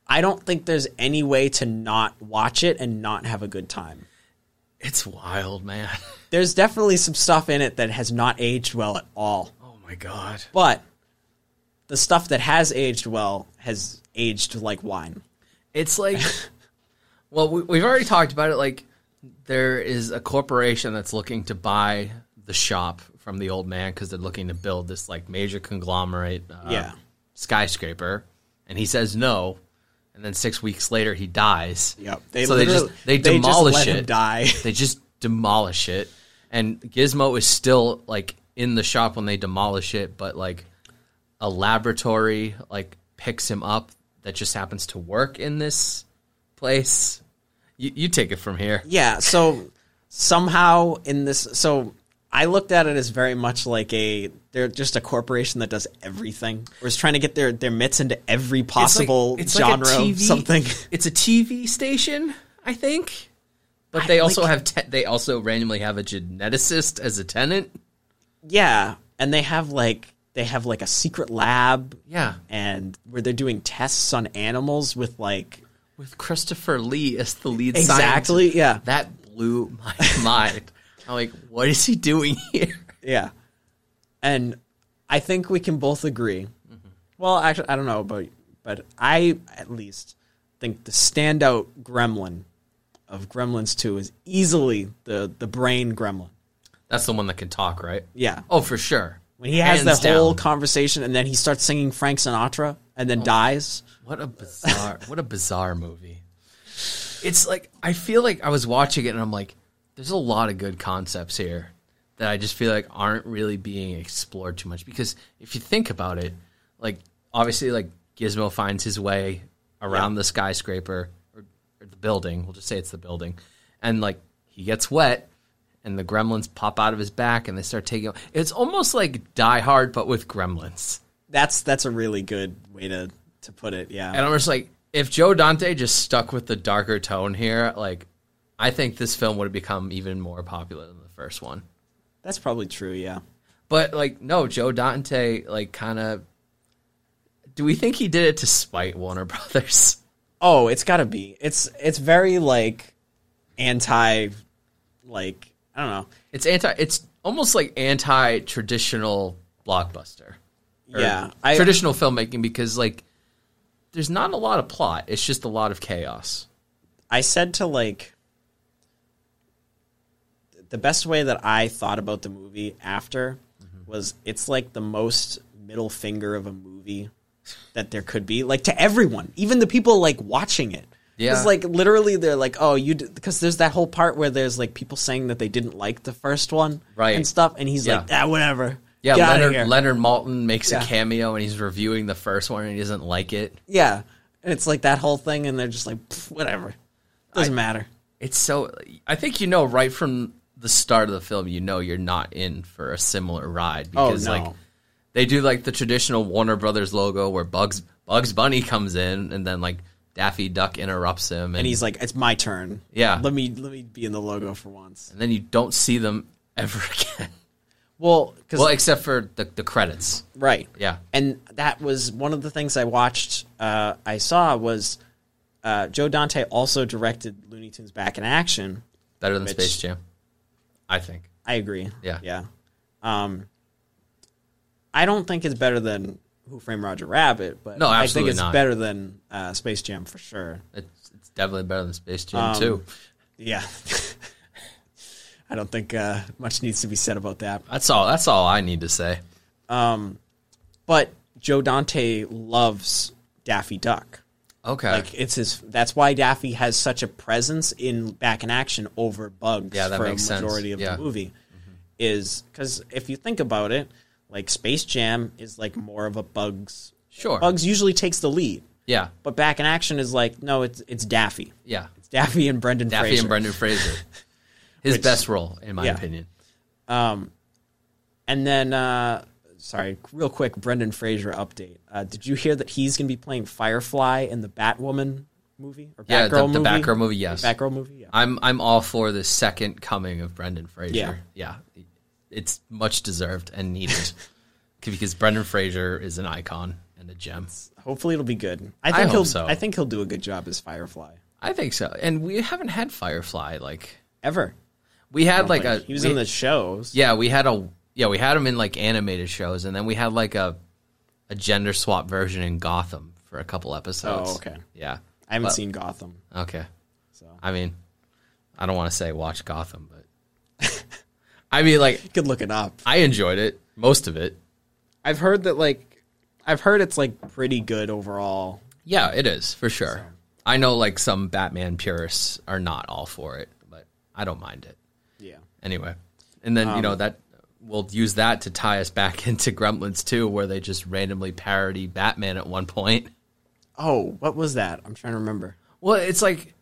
I don't think there's any way to not watch it and not have a good time. it's wild man. There's definitely some stuff in it that has not aged well at all, Oh my god. but the stuff that has aged well has aged like wine. It's like, well, we, we've already talked about it. Like, there is a corporation that's looking to buy the shop from the old man because they're looking to build this like major conglomerate, uh, Yeah. skyscraper, and he says no, and then six weeks later he dies. Yep. so they just literally- they just demolish let him it. die. They just demolish it, and Gizmo is still like in the shop when they demolish it, but like a laboratory like picks him up that just happens to work in this place. You, you take it from here. yeah so somehow in this so i looked at it as very much like a they're just a corporation that does everything or is trying to get their their mitts into every possible genre of something It's a TV station, I think. But they also have te- they also randomly have a geneticist as a tenant. yeah and they have like they have like a secret lab Yeah, and where they're doing tests on animals with like with Christopher Lee as the lead. scientist. exactly yeah That blew my mind. I'm like, what is he doing here? yeah and i think we can both agree Mm-hmm. well actually i don't know about but i at least think the standout gremlin of gremlins 2 is easily the the brain gremlin That's the one that can talk, right? yeah Oh, for sure. when he has Hands that whole down. conversation and then he starts singing frank sinatra and Oh. then dies What a bizarre, what a bizarre movie. It's like I feel like I was watching it and I'm like, there's a lot of good concepts here that I just feel like aren't really being explored too much because if you think about it, like obviously like Gizmo finds his way around the skyscraper or, or the building, we'll just say it's the building, and like he gets wet and the gremlins pop out of his back and they start taking it's almost like Die Hard but with gremlins. that's that's a really good way to to put it yeah And I'm just like, if Joe Dante just stuck with the darker tone here, like, I think this film would have become even more popular than the first one. that's probably true yeah But like, no, Joe Dante, like, kind of. Do we think he did it to spite Warner Brothers? Oh, it's gotta be. It's it's very like anti, like I don't know. It's anti. It's almost like anti-traditional blockbuster. or yeah, I traditional filmmaking because like, there's not a lot of plot. It's just a lot of chaos. I said to like the best way that I thought about the movie after Mm-hmm. was it's like the most middle finger of a movie that there could be, like to everyone, even the people like watching it. Yeah. It's like literally they're like, oh, you because there's that whole part where there's like people saying that they didn't like the first one, Right. and stuff, and he's Yeah. like, ah, whatever. Yeah, Get outta here." Leonard, Leonard Malton makes Yeah. a cameo and he's reviewing the first one and he doesn't like it. Yeah. And it's like that whole thing, and they're just like, "Pff, whatever. Doesn't matter. It's so. I think you know right from the start of the film, you know you're not in for a similar ride because Oh, no. like they do like the traditional Warner Brothers logo where Bugs Bugs Bunny comes in and then like Daffy Duck interrupts him and, And he's like, it's my turn. Yeah. Let me let me be in the logo for once. and then you don't see them ever again. Well, because well, except for the the credits. right. Yeah. And that was one of the things I watched. Uh, I saw was uh, Joe Dante also directed Looney Tunes Back in Action. Better than Which- Space Jam, I think. I agree. Yeah. Yeah. Um, I don't think it's better than Who Framed Roger Rabbit, but No, I think absolutely it's not. better than uh, Space Jam for sure. It's, it's definitely better than Space Jam Um, too. Yeah. I don't think uh, much needs to be said about that. That's all. That's all I need to say. But Joe Dante loves Daffy Duck. Okay. Like it's his. That's why Daffy has such a presence in Back in Action over Bugs Yeah, that for makes a sense. majority of Yeah. the movie. Is because if you think about it, like Space Jam is like more of a Bugs. sure. Bugs usually takes the lead, Yeah. but Back in Action is like no, it's it's Daffy. Yeah. It's Daffy and Brendan. Daffy Fraser. and Brendan Fraser. His best role, in my Yeah. opinion. And then, uh, sorry, real quick, Brendan Fraser update. Uh, did you hear that he's going to be playing Firefly in the Batwoman movie or Batgirl Yeah, the- the movie? Batgirl movie, yes. Batgirl movie. Yeah. I'm I'm all for the second coming of Brendan Fraser. Yeah. It's much deserved and needed because Brendan Fraser is an icon and a gem. Hopefully, it'll be good. I I think hope he'll. so. I think he'll do a good job as Firefly. I think so. And we haven't had Firefly like Ever. we had like, a he was we- in the shows. Yeah, we had a yeah, we had him in like animated shows and then we had like a a gender swap version in Gotham for a couple episodes. Oh, okay. Yeah. I haven't seen Gotham. Okay. So. I mean, I don't want to say watch Gotham, but I mean like You could look it up. I enjoyed it, most of it. I've heard that like I've heard it's like pretty good overall. Yeah, it is for sure. I know like some Batman purists are not all for it, but I don't mind it Yeah. anyway. And then you know that we'll use that to tie us back into Gremlins too, where they just randomly parody Batman at one point. Oh, what was that? I'm trying to remember. Well, it's like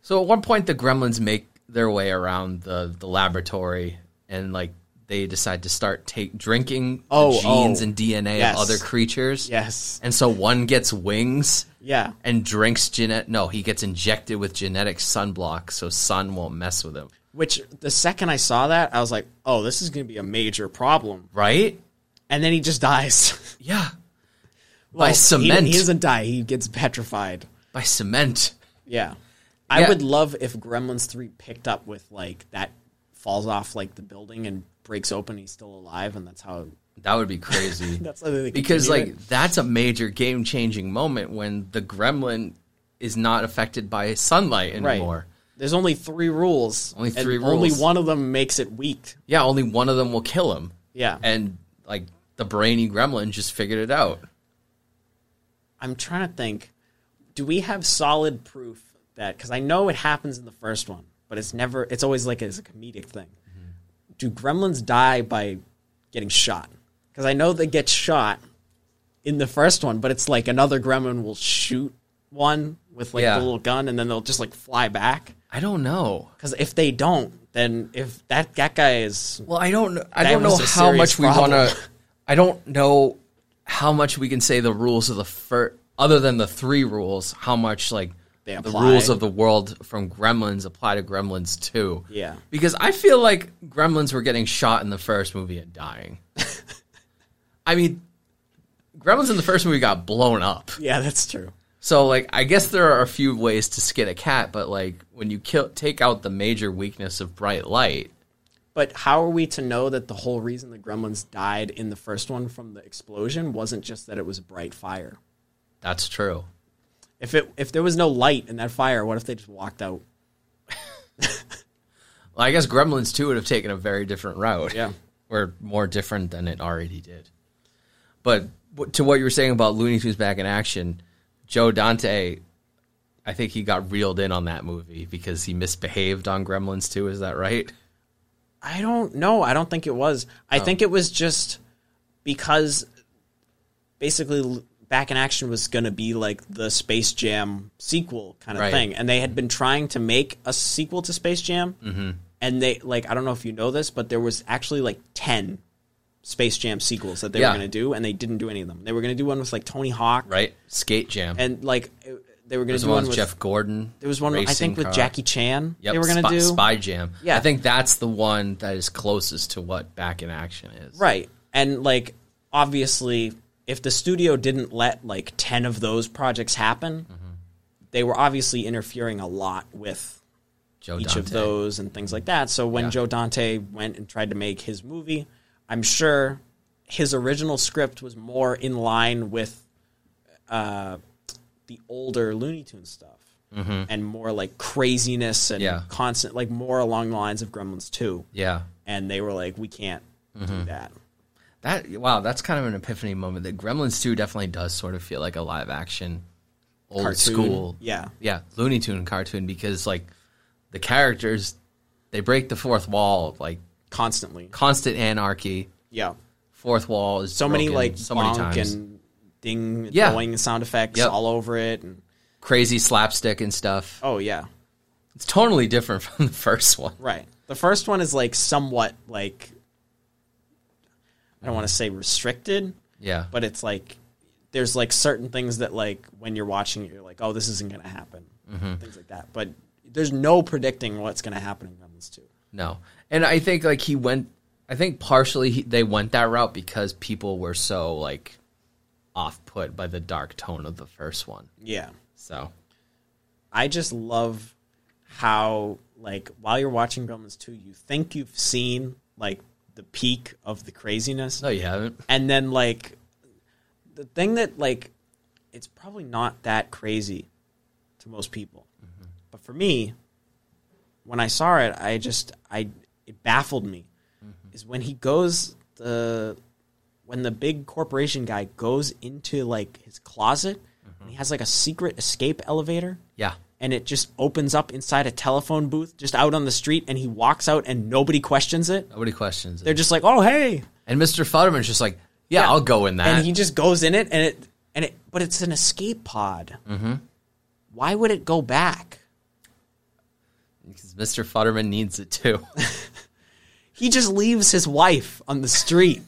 so at one point the Gremlins make their way around the the laboratory and like they decide to start take drinking the Oh, genes oh. and DNA Yes. of other creatures. Yes. And so one gets wings. Yeah. and drinks genet. No, he gets injected with genetic sunblock, so sun won't mess with him. Which the second I saw that, I was like, "Oh, this is going to be a major problem." Right? And then he just dies. Yeah. Well, by he- cement. He, doesn't die. He gets petrified. by cement. Yeah. I Yeah. would love if Gremlins 3 picked up with like that falls off like the building and breaks open he's still alive and that's how That would be crazy. that's how they because like continue it. that's a major game changing moment when the gremlin is not affected by sunlight right. anymore. There's only 3 rules. Only and three Only rules. one of them makes it weak. Yeah, only one of them will kill him. Yeah. And like the brainy gremlin just figured it out. I'm trying to think. Do we have solid proof that? Because I know it happens in the first one, but it's never. It's always like it's a comedic thing. Do gremlins die by getting shot? Because I know they get shot in the first one, but it's like another gremlin will shoot one with like Yeah. a little gun, and then they'll just like fly back. I don't know. Because if they don't, then if that that guy is Well, I don't. kn- I That don't know was a how much serious we want problem. to. I don't know how much we can say the rules of the first, other than the three rules. How much like They the apply. rules of the world from Gremlins apply to Gremlins two? Yeah. because I feel like Gremlins were getting shot in the first movie and dying. I mean, Gremlins in the first movie got blown up. yeah, that's true. So like I guess there are a few ways to skin a cat, but like when you kill take out the major weakness of bright light, But how are we to know that the whole reason the gremlins died in the first one from the explosion wasn't just that it was a bright fire? that's true. If it if there was no light in that fire, what if they just walked out? Well, I guess Gremlins 2 would have taken a very different route. Yeah. or more different than it already did. But w- to what you were saying about Looney Tunes back in action, Joe Dante, I think he got reeled in on that movie because he misbehaved on Gremlins 2. Is that right? I don't know. I don't think it was. I Oh. think it was just because basically L- Back in Action was going to be like the Space Jam sequel kind of Right. thing. And they had been trying to make a sequel to Space Jam. Mm-hmm. And they, like, I don't know if you know this, but there was actually like 10 Space Jam sequels that they Yeah. were going to do, and they didn't do any of them. They were going to do one with like Tony Hawk. Right? Skate Jam. And like, it- they were going There's to do one one with with. Jeff Gordon. there was one, I think, with Jackie. Jackie Chan. Yep, they were going to Spy, do. Spy Jam. Yeah. I think that's the one that is closest to what Back in Action is. Right. And like obviously if the studio didn't let like 10 of those projects happen, Mm-hmm. they were obviously interfering a lot with Joe each Oh, Dante. of those and things like that. So when Joe Dante went and tried to make his movie, I'm sure his original script was more in line with uh, the older Looney Tunes stuff and more like craziness and Mm-hmm. Yeah. constant, like more along the lines of Gremlins 2. Yeah. And they were like, we can't Mm-hmm. do that. That wow, that's kind of an epiphany moment. That Gremlins two definitely does sort of feel like a live action, old Cartoon. school, Yeah. yeah, Looney Tune cartoon because like the characters they break the fourth wall, like constantly. constant anarchy. Yeah. Fourth wall is So many broken like so many bonk times, and ding Yeah. throwing sound effects Yep. all over it and crazy slapstick and stuff. oh yeah. It's totally different from the first one. Right. The first one is like somewhat like I don't want to say restricted, Yeah. but it's like there's like certain things that like when you're watching it, you're like, oh, this isn't going to happen, Mm-hmm. things like that. But there's no predicting what's going to happen in Gremlins Two. No, and I think like he went. I think partially he, they went that route because people were so like off put by the dark tone of the first one. Yeah, So I just love how like while you're watching Gremlins Two, you think you've seen like the peak of the craziness, no, you haven't. and then like the thing that like it's probably not that crazy to most people but for me when i saw it i just i it baffled me is when he goes the when the big corporation guy goes into like his closet and he has like a secret escape elevator Yeah, and it just opens up inside a telephone booth just out on the street and he walks out and nobody questions it nobody questions they're it. just like oh hey And Mr. Futterman's just like, yeah, Yeah. I'll go in that. and he just goes in it and it and it but it's an escape pod mm-hmm. why would it go back Because Mr. Futterman needs it too. he just leaves his wife on the street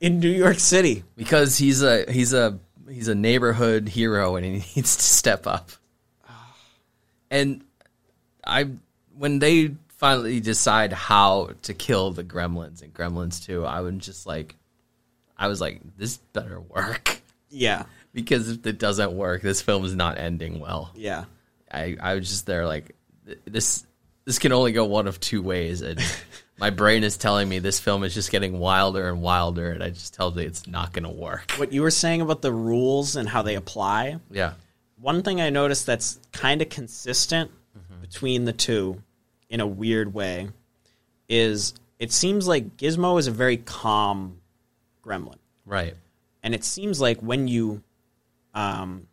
in new york city because he's a he's a he's a neighborhood hero and he needs to step up. And I when they finally decide how to kill the gremlins and gremlins 2, I was just like I was like this better work yeah because if it doesn't work, this film is not ending well. yeah I I was just there like th- this this can only go one of two ways and my brain is telling me this film is just getting wilder and wilder and I just tell me it's not going to work. what you were saying about the rules and how they apply Yeah. one thing i noticed that's kind of consistent between the two in a weird way is it seems like gizmo is a very calm gremlin Right. and it seems like when you um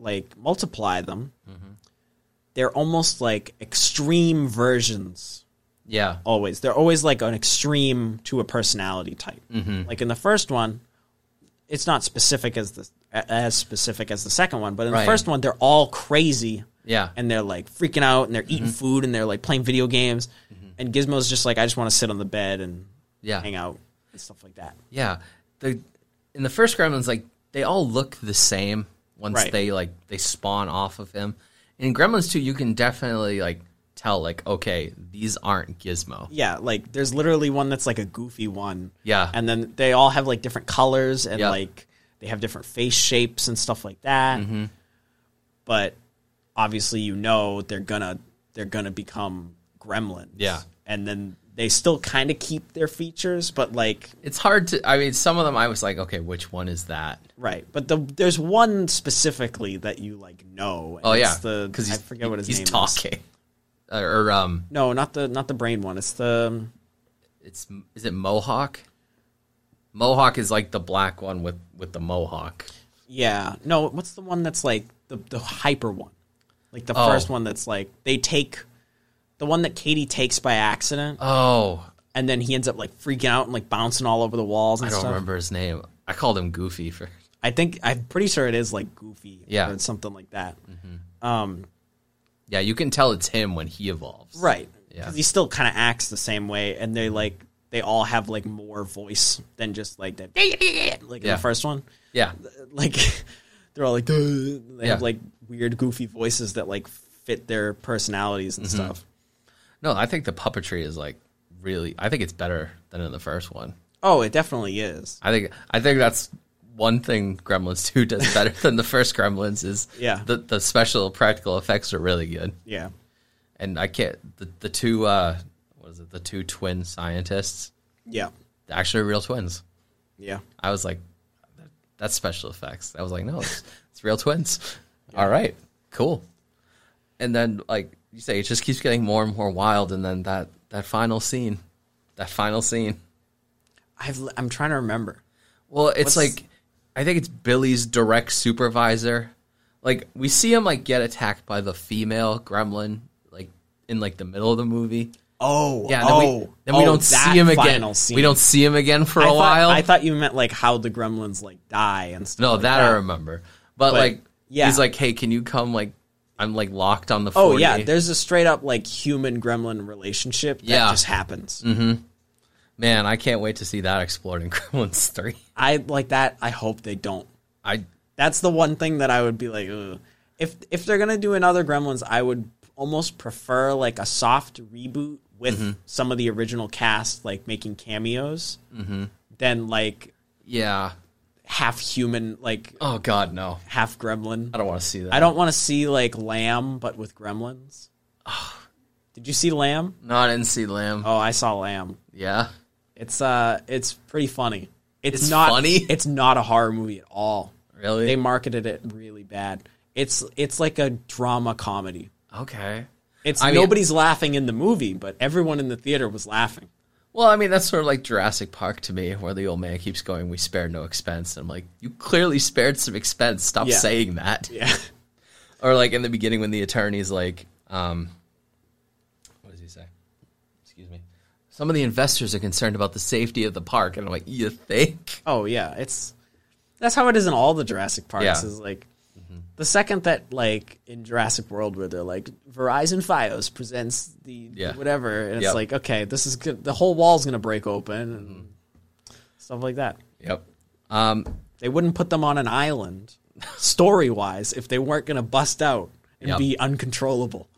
like multiply them they're almost like extreme versions Yeah. always they're always like an extreme to a personality type Mm-hmm. like in the first one it's not specific as the as specific as the second one but in Right. the first one they're all crazy Yeah. Mm-hmm. and they're like freaking out and they're eating food and they're like playing video games and gizmo's just like i just want to sit on the bed and Yeah. hang out and stuff like that yeah. The in the first Gremlins, like they all look the same once Right. they like they spawn off of him. In Gremlins two, you can definitely like tell like okay, these aren't Gizmo. Yeah, like there's literally one that's like a goofy one. Yeah. And then they all have like different colors and Yeah. like they have different face shapes and stuff like that. Mm-hmm. But obviously you know they're gonna they're gonna become gremlins. Yeah. And then they still kind of keep their features, but like It's hard to. I mean, some of them I was like, okay, which one is that? right. But the, there's one specifically that you like know. and Oh it's yeah, the I he's forget what his he's name is. talking. Or, or, um, No, not the not the brain one. It's the um, it's is it Mohawk? Mohawk is like the black one with with the mohawk. Yeah. No, what's the one that's like the the hyper one? Like the Oh. first one that's like they take the one that Katie takes by accident Oh, and then he ends up like freaking out and like bouncing all over the walls and I don't stuff. remember his name. I called him Goofy for. I think I'm pretty sure it is like Goofy Yeah. Mm-hmm. or something like that. Yeah, you can tell it's him when he evolves. Right. Yeah. Cuz he still kind of acts the same way and they like they all have like more voice than just like that like in Yeah. the first one. Yeah. like they're all like "Duh," and they Yeah. have like weird goofy voices that like fit their personalities Mm-hmm. and stuff. No, I think the puppetry is like really. I think it's better than in the first one. Oh, it definitely is. I think. I think that's one thing Gremlins Two does better than the first Gremlins is. Yeah. The the special practical effects are really good, Yeah. and I can't. The the two. Uh, what is it? The two twin scientists. Yeah. They're actually real twins. Yeah. I was like, that's special effects. I was like, no, it's, it's real twins. All right, cool. And then, like you say, it just keeps getting more and more wild. And then that that final scene, that final scene. I've I'm trying to remember. Well, it's What's- like I think it's Billy's direct supervisor. Like we see him like get attacked by the female gremlin, like in like the middle of the movie. Oh. Yeah. And then we, then we don't see him again. We don't see him again for a I thought, while. I thought you meant like how the gremlins like die and stuff. No, like that, I remember. But, like, yeah. he's like, "Hey, can you come? Like, I'm like locked on the Oh 40. yeah, there's a straight up like human gremlin relationship that Yeah. Mm-hmm. just happens. Man, I can't wait to see that explored in Gremlins 3. I like that. I hope they don't. I That's the one thing that I would be like, Ugh. if if they're gonna do another Gremlins, I would almost prefer like a soft reboot with some of the original cast, like making cameos, than like yeah. half human, like Oh god, no. half gremlin. I don't want to see that. I don't want to see like Lamb, but with gremlins. Did you see Lamb? No, I didn't see Lamb. Oh, I saw Lamb. Yeah. It's uh, it's pretty funny. It's, It's not funny? It's not a horror movie at all. Really? They marketed it really bad. It's it's like a drama comedy. okay. It's I mean- nobody's laughing in the movie, but everyone in the theater was laughing. Well, I mean, that's sort of like Jurassic Park to me, where the old man keeps going, "We spared no expense." And I'm like, "You clearly spared some expense. Stop Yeah. saying that." Yeah, Or like in the beginning when the attorney's like, um, "What does he say?" Excuse me. Some of the investors are concerned about the safety of the park, and I'm like, "You think?" Oh yeah, it's that's how it is in all the Jurassic parks. Yeah. Is like the second that like in Jurassic World where they're like Verizon FiOS presents the Yeah. whatever, and it's Yep. like okay, this is good. the whole wall's gonna break open and Mm-hmm. stuff like that. Yep. Um, They wouldn't put them on an island story wise if they weren't gonna bust out and Yep. be uncontrollable.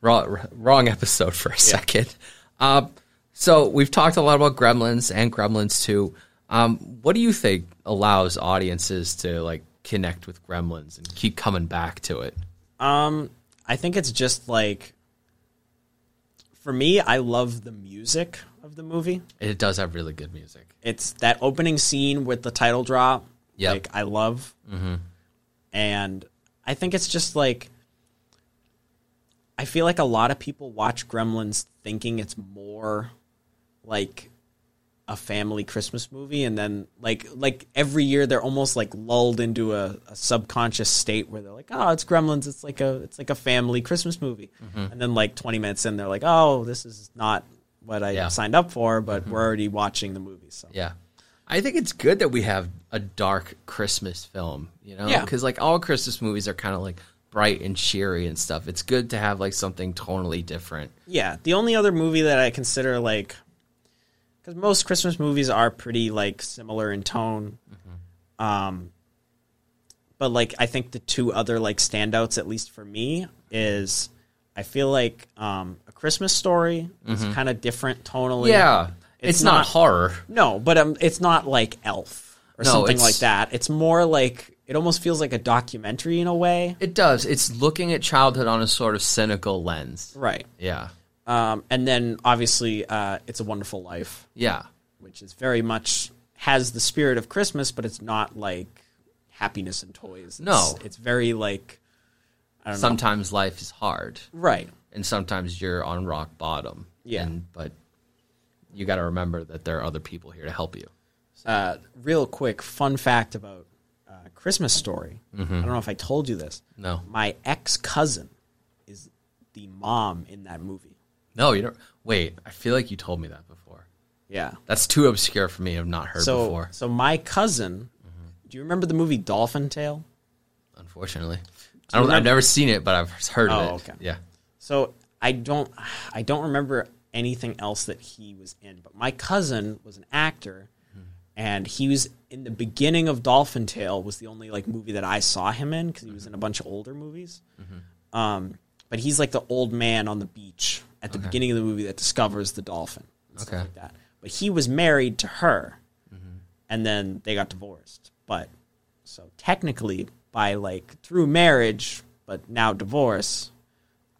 wrong, wrong episode for a second. Um, so we've talked a lot about Gremlins and Gremlins Two. Um, what do you think allows audiences to like connect with Gremlins and keep coming back to it? Um, I think it's just like for me, I love the music of the movie. It does have really good music. it's that opening scene with the title drop. Yep. Mm-hmm. Like I love. And I think it's just like I feel like a lot of people watch Gremlins thinking it's more like a family Christmas movie and then like like every year they're almost like lulled into a, a subconscious state where they're like, Oh, it's Gremlins, it's like a it's like a family Christmas movie. Mm-hmm. And then like twenty minutes in they're like, Oh, this is not what I Yeah. Mm-hmm. signed up for, but we're already watching the movie. So Yeah. I think it's good that we have a dark Christmas film, you know? Yeah. Because, like, all Christmas movies are kind of like bright and cheery and stuff. It's good to have, like, something totally different. Yeah, the only other movie that I consider like because most Christmas movies are pretty like similar in tone, Mm-hmm. um, but like I think the two other like standouts, at least for me, is I feel like um, a Christmas story is kind of different Mm-hmm. tonally. Yeah. It's, It's not, not- horror. no, but um, it's not like Elf or No, something it's- like that. It's more like it almost feels like a documentary in a way, It does. It's looking at childhood on a sort of cynical lens. right? Yeah. Um, and then obviously, uh, it's a Wonderful Life. Yeah. which is very much has the spirit of Christmas, but it's not like happiness and toys. It's, No. it's very like Sometimes life is hard, right. and sometimes you're on rock bottom. Yeah. And, but you got to remember that there are other people here to help you. Uh, real quick, fun fact about uh, Christmas Story. I don't know if I told you this. Mm-hmm. No. my ex cousin is the mom in that movie. No, you don't. Wait, I feel like you told me that before. Yeah. That's too obscure for me. I've not heard So before, Mm-hmm. so my cousin. Do you remember the movie Dolphin Tale? unfortunately. I don't, I've remember- never seen it, but I've heard of Oh, it. okay. Yeah. So I don't I don't remember anything else that he was in, but my cousin was an actor and he was in the beginning of Dolphin Tale was the only like movie that I saw him in cuz he was in a bunch of older movies. Um, but he's like the old man on the beach at the beginning of the movie that discovers the dolphin and stuff Okay. like that. But he was married to her and then they got divorced. But so technically, by like through marriage, but now divorce,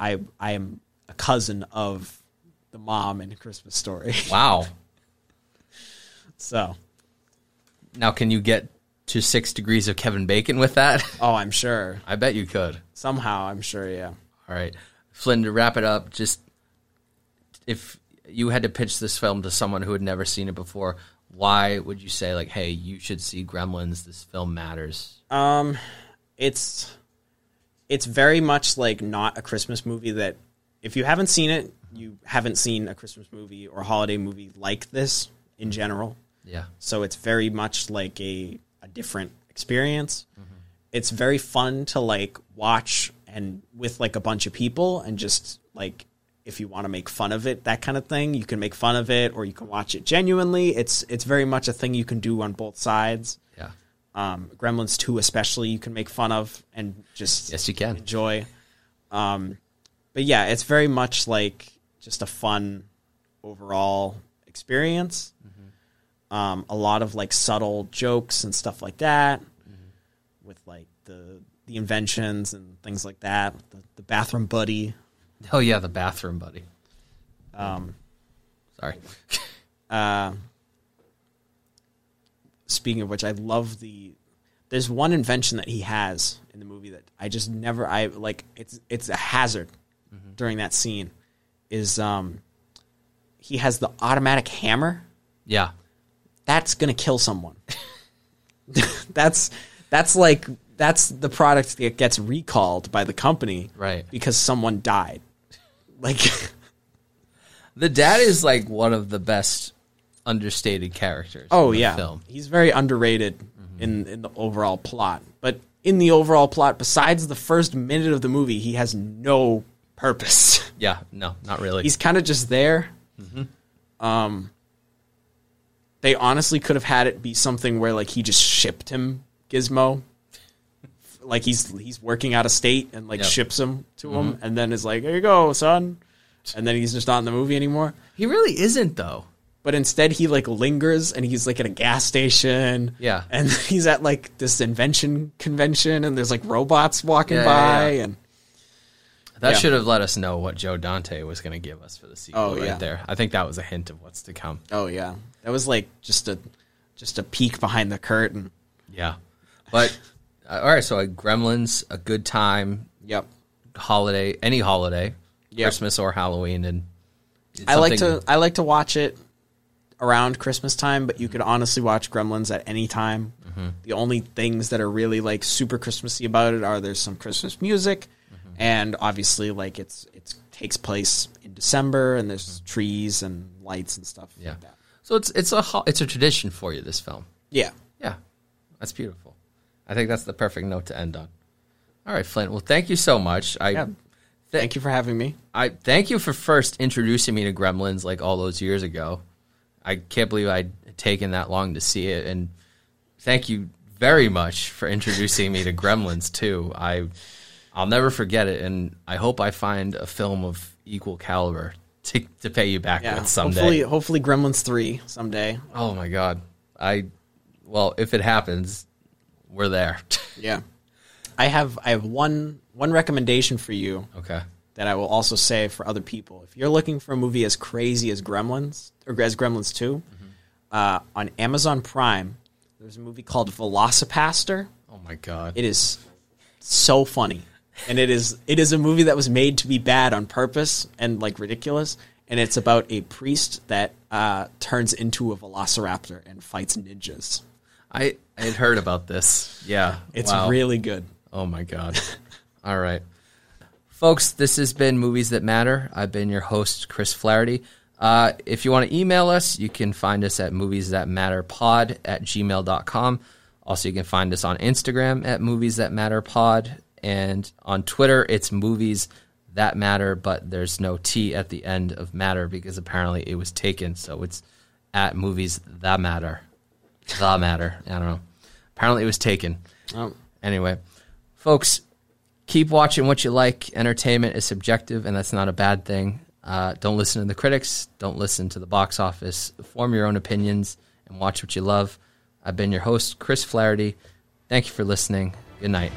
I I am a cousin of the mom in a Christmas story. Wow. so now, can you get to six degrees of Kevin Bacon with that? oh, I'm sure I bet you could. somehow I'm sure yeah. All right, Flynn. To wrap it up, just if you had to pitch this film to someone who had never seen it before, why would you say like, "Hey, you should see Gremlins. This film matters." It's it's very much like not a Christmas movie that if you haven't seen it, you haven't seen a Christmas movie or holiday movie like this in general. yeah. so it's very much like a, a different experience it's very fun to like watch and with like a bunch of people and just like if you want to make fun of it, that kind of thing. You can make fun of it, or you can watch it genuinely. It's it's very much a thing you can do on both sides. Yeah. Um, Gremlins Two, especially, you can make fun of and just Yes, you can. enjoy. Um, but yeah, it's very much like just a fun overall experience. Mm-hmm. Um, a lot of like subtle jokes and stuff like that, Mm-hmm. with like the the inventions and things like that. The, the bathroom buddy. Oh yeah, the bathroom buddy. Um, Sorry. speaking of which, I love the. There's one invention that he has in the movie that I just never. I like it's it's a hazard during that scene. Is um, he has the automatic hammer Yeah. that's gonna kill someone. that's that's like that's the product that gets recalled by the company, Right. Because someone died. Like, The dad is like one of the best understated characters. oh in the yeah, Film. he's very underrated in in the overall plot. But in the overall plot, besides the first minute of the movie, he has no purpose. Yeah. No, not really. he's kind of just there. Um, Mm-hmm. they honestly could have had it be something where like he just shipped him Gizmo, like he's he's working out of state and like Yep. Mm-hmm. ships him to him, and then is like, "Here you go, son," and then he's just not in the movie anymore. he really isn't though. But instead, he like lingers and he's like at a gas station. Yeah. and he's at like this invention convention, and there's like robots walking Yeah, yeah, by, yeah. and That Yeah. should have let us know what Joe Dante was going to give us for the sequel Oh, right yeah. there. I think that was a hint of what's to come. oh yeah, that was like just a just a peek behind the curtain. Yeah. But uh, all right, so like Gremlins, a good time, Yep. holiday, any holiday, Yeah. Christmas or Halloween and it's I like to something- I like to watch it around Christmas time, but you could honestly watch Gremlins at any time. Mm-hmm. The only things that are really like super Christmassy about it are there's some Christmas music, Mm-hmm. and obviously like it's it's takes place in December, and there's trees and lights and stuff. Mm-hmm. Yeah. like that. So it's it's a ho- it's a tradition for you this film. yeah. Yeah, that's beautiful. I think that's the perfect note to end on. All right, Flint. Well, thank you so much. I, Yeah. Thank you for having me. I thank you for first introducing me to Gremlins like all those years ago. I can't believe I'd taken that long to see it, and thank you very much for introducing me to Gremlins too. I, I'll never forget it, and I hope I find a film of equal caliber to to pay you back Yeah, with someday. hopefully, hopefully Gremlins three someday. Oh my god. I well, if it happens, we're there. Yeah, I have I have one one recommendation for you. okay. that I will also say for other people. If you're looking for a movie as crazy as Gremlins or as Gremlins 2 uh, on Amazon Prime, there's a movie called Velocipaster. Oh my god. It is so funny, and it is it is a movie that was made to be bad on purpose and like ridiculous. And it's about a priest that uh, turns into a velociraptor and fights ninjas. I I had heard about this. Yeah. It's wow. really good. Oh my god. All right. Folks, this has been Movies That Matter. I've been your host, Chris Flaherty. Uh, if you want to email us, you can find us at movies that matter pod at gmail.com. Also, you can find us on Instagram at movies that matter pod and on Twitter, it's movies that matter, but there's no T at the end of matter because apparently it was taken. So it's at movies that matter. The matter. I don't know. Apparently it was taken. Um, Anyway, folks, keep watching what you like. Entertainment is subjective, and that's not a bad thing. Uh, don't listen to the critics. Don't listen to the box office. Form your own opinions and watch what you love. I've been your host, Chris Flaherty. Thank you for listening. Good night.